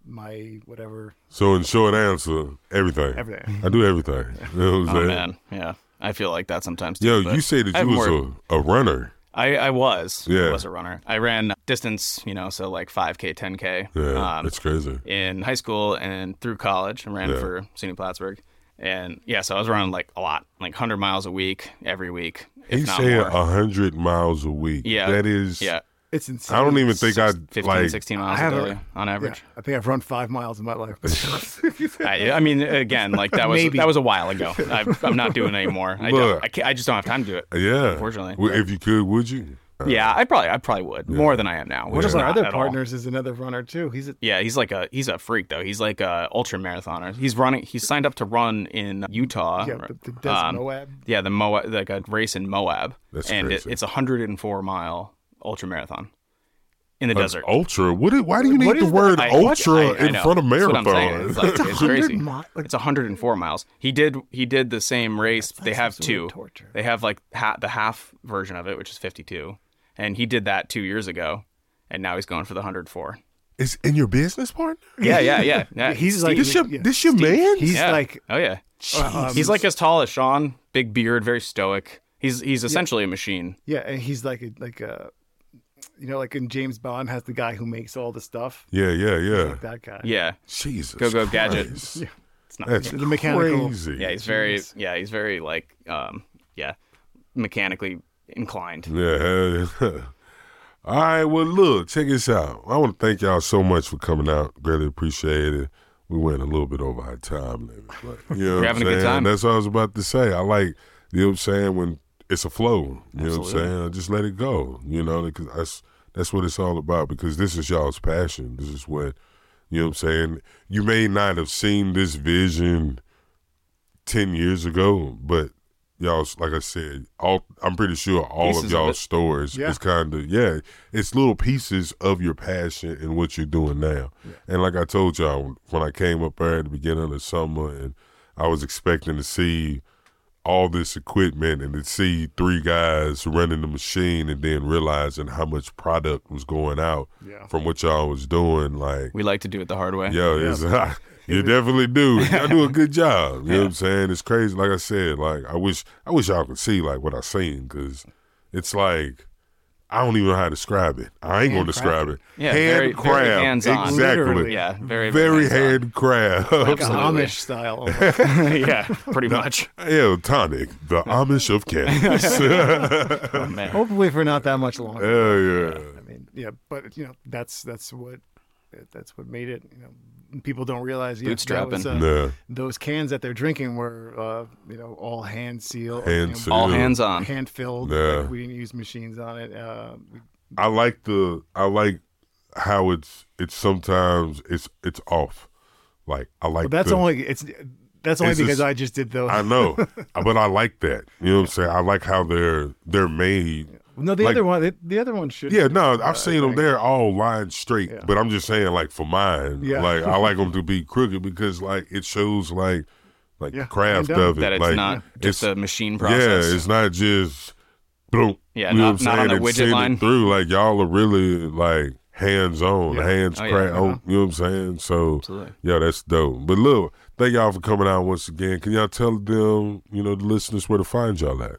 Speaker 3: my whatever.
Speaker 1: So in short answer, everything.
Speaker 3: Everything.
Speaker 1: I do everything. You know what I'm
Speaker 2: Oh
Speaker 1: saying?
Speaker 2: man, yeah. I feel like that sometimes. Too,
Speaker 1: Yo,
Speaker 2: but
Speaker 1: you say that
Speaker 2: I
Speaker 1: you
Speaker 2: have
Speaker 1: was
Speaker 2: more-
Speaker 1: a, a runner.
Speaker 2: I, I was.
Speaker 1: Yeah.
Speaker 2: I was a runner. I ran distance, you know, so like 5K, 10K
Speaker 1: Yeah,
Speaker 2: um,
Speaker 1: that's crazy.
Speaker 2: in high school and through college and ran
Speaker 1: Yeah.
Speaker 2: for SUNY Plattsburgh. And yeah, so I was running like a lot, like 100 miles a week, every week. If
Speaker 1: He's
Speaker 2: not
Speaker 1: saying
Speaker 2: more.
Speaker 1: a hundred miles a week.
Speaker 2: Yeah.
Speaker 1: uh, that is.
Speaker 2: yeah,
Speaker 3: It's insane.
Speaker 1: I don't even think I
Speaker 2: 15,
Speaker 1: like.
Speaker 2: 16 miles
Speaker 3: I
Speaker 2: a
Speaker 3: haven't-
Speaker 2: day on
Speaker 3: Yeah,
Speaker 2: average.
Speaker 3: I think I've run five miles in my life.
Speaker 2: I, I mean, again, like that was
Speaker 3: Maybe.
Speaker 2: that was a while ago. I, I'm not doing it anymore. I,
Speaker 1: Look.
Speaker 2: don't, I, can't, I just don't have time to do it.
Speaker 1: Yeah.
Speaker 2: Unfortunately.
Speaker 1: W- if you could, would you? Uh,
Speaker 2: Yeah, I probably I probably would more than I am now. Which
Speaker 3: One
Speaker 2: is
Speaker 3: of our
Speaker 2: not
Speaker 3: other
Speaker 2: at all.
Speaker 3: partners is another runner too. He's a,
Speaker 2: Yeah, he's like a he's a freak though. He's like a ultra marathoner. He's running. He's signed up to run in Utah.
Speaker 3: yeah, the, the Des
Speaker 2: Um,
Speaker 3: Moab.
Speaker 2: Yeah, the Moab, like a race in Moab,
Speaker 1: That's
Speaker 2: and it,
Speaker 1: crazy.
Speaker 2: it's a hundred and four mile ultra marathon in the desert.
Speaker 1: Ultra. What? Did, why do you need
Speaker 3: What
Speaker 1: the
Speaker 3: is the-
Speaker 1: word
Speaker 2: I-
Speaker 1: ultra
Speaker 2: I- I
Speaker 1: in
Speaker 2: know.
Speaker 1: front of
Speaker 2: That's what
Speaker 1: marathon?
Speaker 2: I'm saying. It's, like, it's crazy.
Speaker 3: mi- like-
Speaker 2: it's 104 miles. He did he did the same race. They have two.
Speaker 3: absolute torture.
Speaker 2: They have like ha- the half version of it, which is 52, and he did that two years ago, and now he's going for the 104.
Speaker 1: it's in your business partner.
Speaker 2: Yeah, yeah, yeah. yeah.
Speaker 3: He's
Speaker 2: Steve-
Speaker 3: like
Speaker 1: This your
Speaker 3: yeah.
Speaker 1: this your man?
Speaker 3: He's
Speaker 2: yeah.
Speaker 3: like
Speaker 2: oh yeah.
Speaker 3: uh, um,
Speaker 2: He's like as tall as Sean, big beard, very stoic. He's he's essentially a machine.
Speaker 3: Yeah, and he's like a, like a, you know, like in James Bond has the guy who makes all the stuff.
Speaker 1: yeah, yeah, yeah.
Speaker 3: That guy.
Speaker 2: Yeah,
Speaker 1: Jesus.
Speaker 2: Go-go gadget.
Speaker 1: Christ.
Speaker 2: it's not.
Speaker 1: That's
Speaker 3: The mechanical-
Speaker 1: crazy.
Speaker 2: yeah, he's very yeah, he's very like um yeah, mechanically inclined.
Speaker 1: Yeah. All right. Well, look, check this out. I want to thank y'all so much for coming out. Greatly appreciate it. We went a little bit over our time, maybe, but you know,
Speaker 2: We're
Speaker 1: what
Speaker 2: having
Speaker 1: I'm
Speaker 2: a good
Speaker 1: saying?
Speaker 2: time.
Speaker 1: That's what I was about to say. I like, you know, what I'm saying when it's a flow. You know, what I'm saying I just let it go. You know, because that's that's what it's all about. Because this is y'all's passion. This is what you know. what I'm saying you may not have seen this vision ten years ago, but y'all's like I said, all I'm pretty sure all
Speaker 2: Pieces
Speaker 1: of
Speaker 2: of
Speaker 1: y'all's
Speaker 2: it.
Speaker 1: stories
Speaker 3: Yeah.
Speaker 1: is kind of yeah, it's little pieces of your passion and what you're doing now. And like I told y'all when I came up there at the beginning of the summer, and I was expecting to see all this equipment and to see three guys running the machine and then realizing how much product was going out
Speaker 3: Yeah.
Speaker 1: from what y'all was doing like
Speaker 2: We like to do it the hard way.
Speaker 1: yeah, It's, you definitely do. Y'all do a good job. You know what I'm saying? It's crazy. Like I said, like I wish I wish y'all could see like what I seen because it's like I don't even know how to describe it. I ain't gonna describe it.
Speaker 2: Yeah, very- very
Speaker 1: handcraft,
Speaker 2: hands-on.
Speaker 1: exactly.
Speaker 3: Literally.
Speaker 2: Yeah, very
Speaker 1: very
Speaker 2: hands-on.
Speaker 1: handcraft.
Speaker 3: Like an
Speaker 2: Absolutely.
Speaker 3: Amish style. almost.
Speaker 2: yeah, pretty much.
Speaker 1: Yeah, tonic, the Amish of cannabis.
Speaker 2: Oh, man.
Speaker 3: Hopefully for not that much longer.
Speaker 1: Hell yeah.
Speaker 3: I mean, yeah, but you know, that's that's what that's what made it. You know, people don't realize. Yeah, that was,
Speaker 2: Bootstrapping.
Speaker 3: uh,
Speaker 1: Nah,
Speaker 3: Those cans that they're drinking were, uh, you know, all hand sealed,
Speaker 1: Hand
Speaker 3: you know,
Speaker 1: sealed.
Speaker 2: All
Speaker 1: Ew.
Speaker 2: hands on.
Speaker 3: hand filled.
Speaker 1: Yeah.
Speaker 3: Like, we didn't use machines on it. Uh, we-
Speaker 1: I like the I like how it's it's sometimes it's it's off. Like I like
Speaker 3: but that's
Speaker 1: the,
Speaker 3: only it's that's only
Speaker 1: It's
Speaker 3: because
Speaker 1: just-
Speaker 3: I just did those.
Speaker 1: I know, but I like that. You know what I'm saying? I like how they're they're made.
Speaker 3: no, the
Speaker 1: like-
Speaker 3: other one, the, the other one should.
Speaker 1: Yeah, no, I've seen them. They're all lined straight, but I'm just saying, like for mine,
Speaker 3: Yeah.
Speaker 1: like I like them to be crooked because like it shows like like
Speaker 3: Yeah,
Speaker 1: the craft
Speaker 3: hand done.
Speaker 1: of it.
Speaker 2: That it's
Speaker 1: like,
Speaker 2: not just
Speaker 1: it's-
Speaker 2: a machine
Speaker 1: yeah,
Speaker 2: process.
Speaker 1: it's not just boom.
Speaker 2: Yeah,
Speaker 1: You know
Speaker 2: not-
Speaker 1: what I'm
Speaker 2: not
Speaker 1: saying?
Speaker 2: on the
Speaker 1: And
Speaker 2: widget
Speaker 1: send it
Speaker 2: line.
Speaker 1: Through like y'all are really like hands on, hands
Speaker 2: Oh, yeah,
Speaker 1: crack.
Speaker 2: uh-huh.
Speaker 1: Oh, you know what I'm saying? So
Speaker 2: Absolutely.
Speaker 1: yeah, that's dope. But look, thank y'all for coming out once again. Can y'all tell them, you know, the listeners where to find y'all at?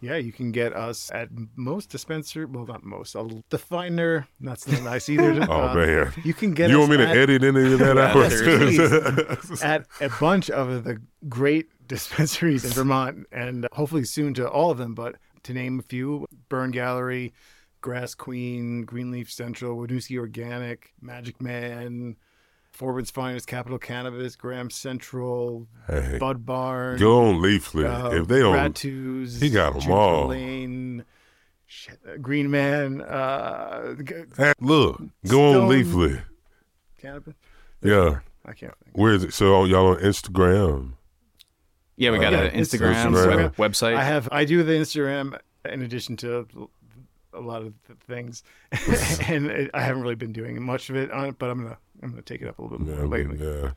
Speaker 3: Yeah, you can get us at most dispenser. Well, not most. I'll define her. That's not nice either. Uh,
Speaker 1: Oh man.
Speaker 3: You can get
Speaker 1: you
Speaker 3: us
Speaker 1: want me to
Speaker 3: at,
Speaker 1: edit any of that out?
Speaker 3: Yes, please. at a bunch of the great dispensaries in Vermont and uh, hopefully soon to all of them, but to name a few Burn Gallery, Grass Queen, Greenleaf Central, Winooski Organic, Magic Man, Forward's Finest, Capital Cannabis, Graham Central,
Speaker 1: Hey,
Speaker 3: Bud Barn,
Speaker 1: go on Leaflet.
Speaker 3: uh,
Speaker 1: if they don't
Speaker 3: Rattus,
Speaker 1: he got 'em
Speaker 3: Churchill
Speaker 1: all.
Speaker 3: Lane, shit, uh, Green Man, uh, g-
Speaker 1: Hey, look, go on
Speaker 3: Stone-
Speaker 1: Leaflet.
Speaker 3: Cannabis.
Speaker 1: Yeah.
Speaker 3: I can't think.
Speaker 1: Where is it? So on y'all on Instagram.
Speaker 2: Yeah, we got
Speaker 3: Yeah,
Speaker 2: an
Speaker 3: it's-
Speaker 2: Instagram,
Speaker 1: Instagram.
Speaker 2: Web, website.
Speaker 3: I have I do the Instagram in addition to l- a lot of th- things, and it, I haven't really been doing much of it on it, but I'm gonna I'm gonna take it up a little bit
Speaker 1: Yeah, I
Speaker 3: more
Speaker 1: mean,
Speaker 3: lately.
Speaker 1: yeah.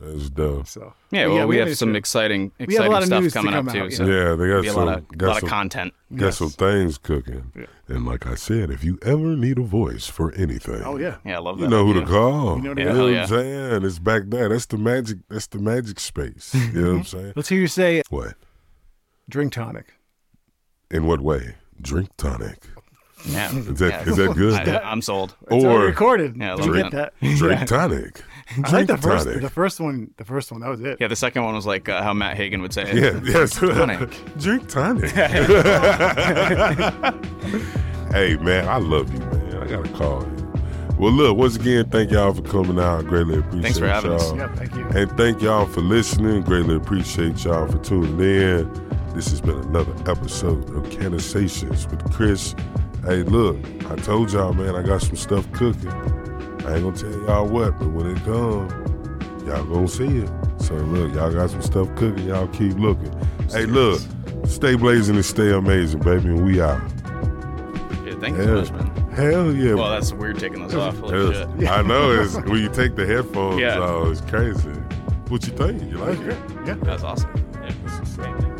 Speaker 1: That's dope.
Speaker 3: So
Speaker 2: yeah,
Speaker 3: but
Speaker 2: well, we
Speaker 3: an
Speaker 2: have some
Speaker 3: Instagram.
Speaker 2: exciting,
Speaker 3: We have a
Speaker 2: exciting
Speaker 3: lot of
Speaker 2: stuff
Speaker 3: news to
Speaker 2: coming
Speaker 3: come
Speaker 2: up
Speaker 3: out,
Speaker 2: too.
Speaker 3: yeah.
Speaker 2: So
Speaker 1: yeah, they got
Speaker 2: be a
Speaker 1: some
Speaker 2: lot of,
Speaker 1: got
Speaker 2: lot
Speaker 1: some
Speaker 2: of content.
Speaker 1: got some
Speaker 3: Yes.
Speaker 1: things cooking.
Speaker 3: Yeah.
Speaker 1: And like I said, if you ever need a voice for anything,
Speaker 3: Oh yeah,
Speaker 2: Yeah, I love that.
Speaker 1: you know who
Speaker 2: idea.
Speaker 1: to call.
Speaker 3: You know Oh, what I
Speaker 1: you
Speaker 2: mean?
Speaker 1: know what
Speaker 2: Yeah.
Speaker 1: I'm saying? It's back there. That's the magic. That's the magic space. You know what I'm saying?
Speaker 3: let's hear you say
Speaker 1: What?
Speaker 3: drink tonic.
Speaker 1: In what way? Drink tonic.
Speaker 2: Yeah,
Speaker 1: Is that is that good?
Speaker 2: I, I'm sold.
Speaker 1: Oh.
Speaker 3: It's already
Speaker 1: or
Speaker 3: recorded.
Speaker 2: Yeah, I
Speaker 3: Did you
Speaker 2: love
Speaker 3: get that?
Speaker 1: drink tonic. Drink
Speaker 3: I like the first
Speaker 1: tonic.
Speaker 3: the first one the first one that was it.
Speaker 2: Yeah, the second one was like uh, how Matt Hagen would say it.
Speaker 1: Yeah, yes.
Speaker 2: Tonic.
Speaker 1: Drink tonic. hey, man, I love you, man. I got to call you. Well, look, once again, thank y'all for coming out. I Greatly appreciate
Speaker 2: Thanks for having
Speaker 1: y'all.
Speaker 2: us.
Speaker 3: Yeah, thank you.
Speaker 1: And thank y'all for listening. Greatly appreciate y'all for tuning in. This has been another episode of Cannisations with Chris. Hey, look, I told y'all, man, I got some stuff cooking. I ain't gonna tell y'all what, but when it comes, y'all gonna see it. So look, y'all got some stuff cooking. Y'all keep looking. Hey, look, stay blazing and stay amazing, baby. And we out.
Speaker 2: Yeah, thank you so
Speaker 1: Hell,
Speaker 2: much, man.
Speaker 1: hell yeah.
Speaker 2: Well, that's weird taking those off. Holy shit.
Speaker 1: Yes. I know. It's, when you take the headphones
Speaker 2: Yeah.
Speaker 1: off, it's crazy. What you think? You like it?
Speaker 3: Yeah.
Speaker 2: That's awesome. Yeah.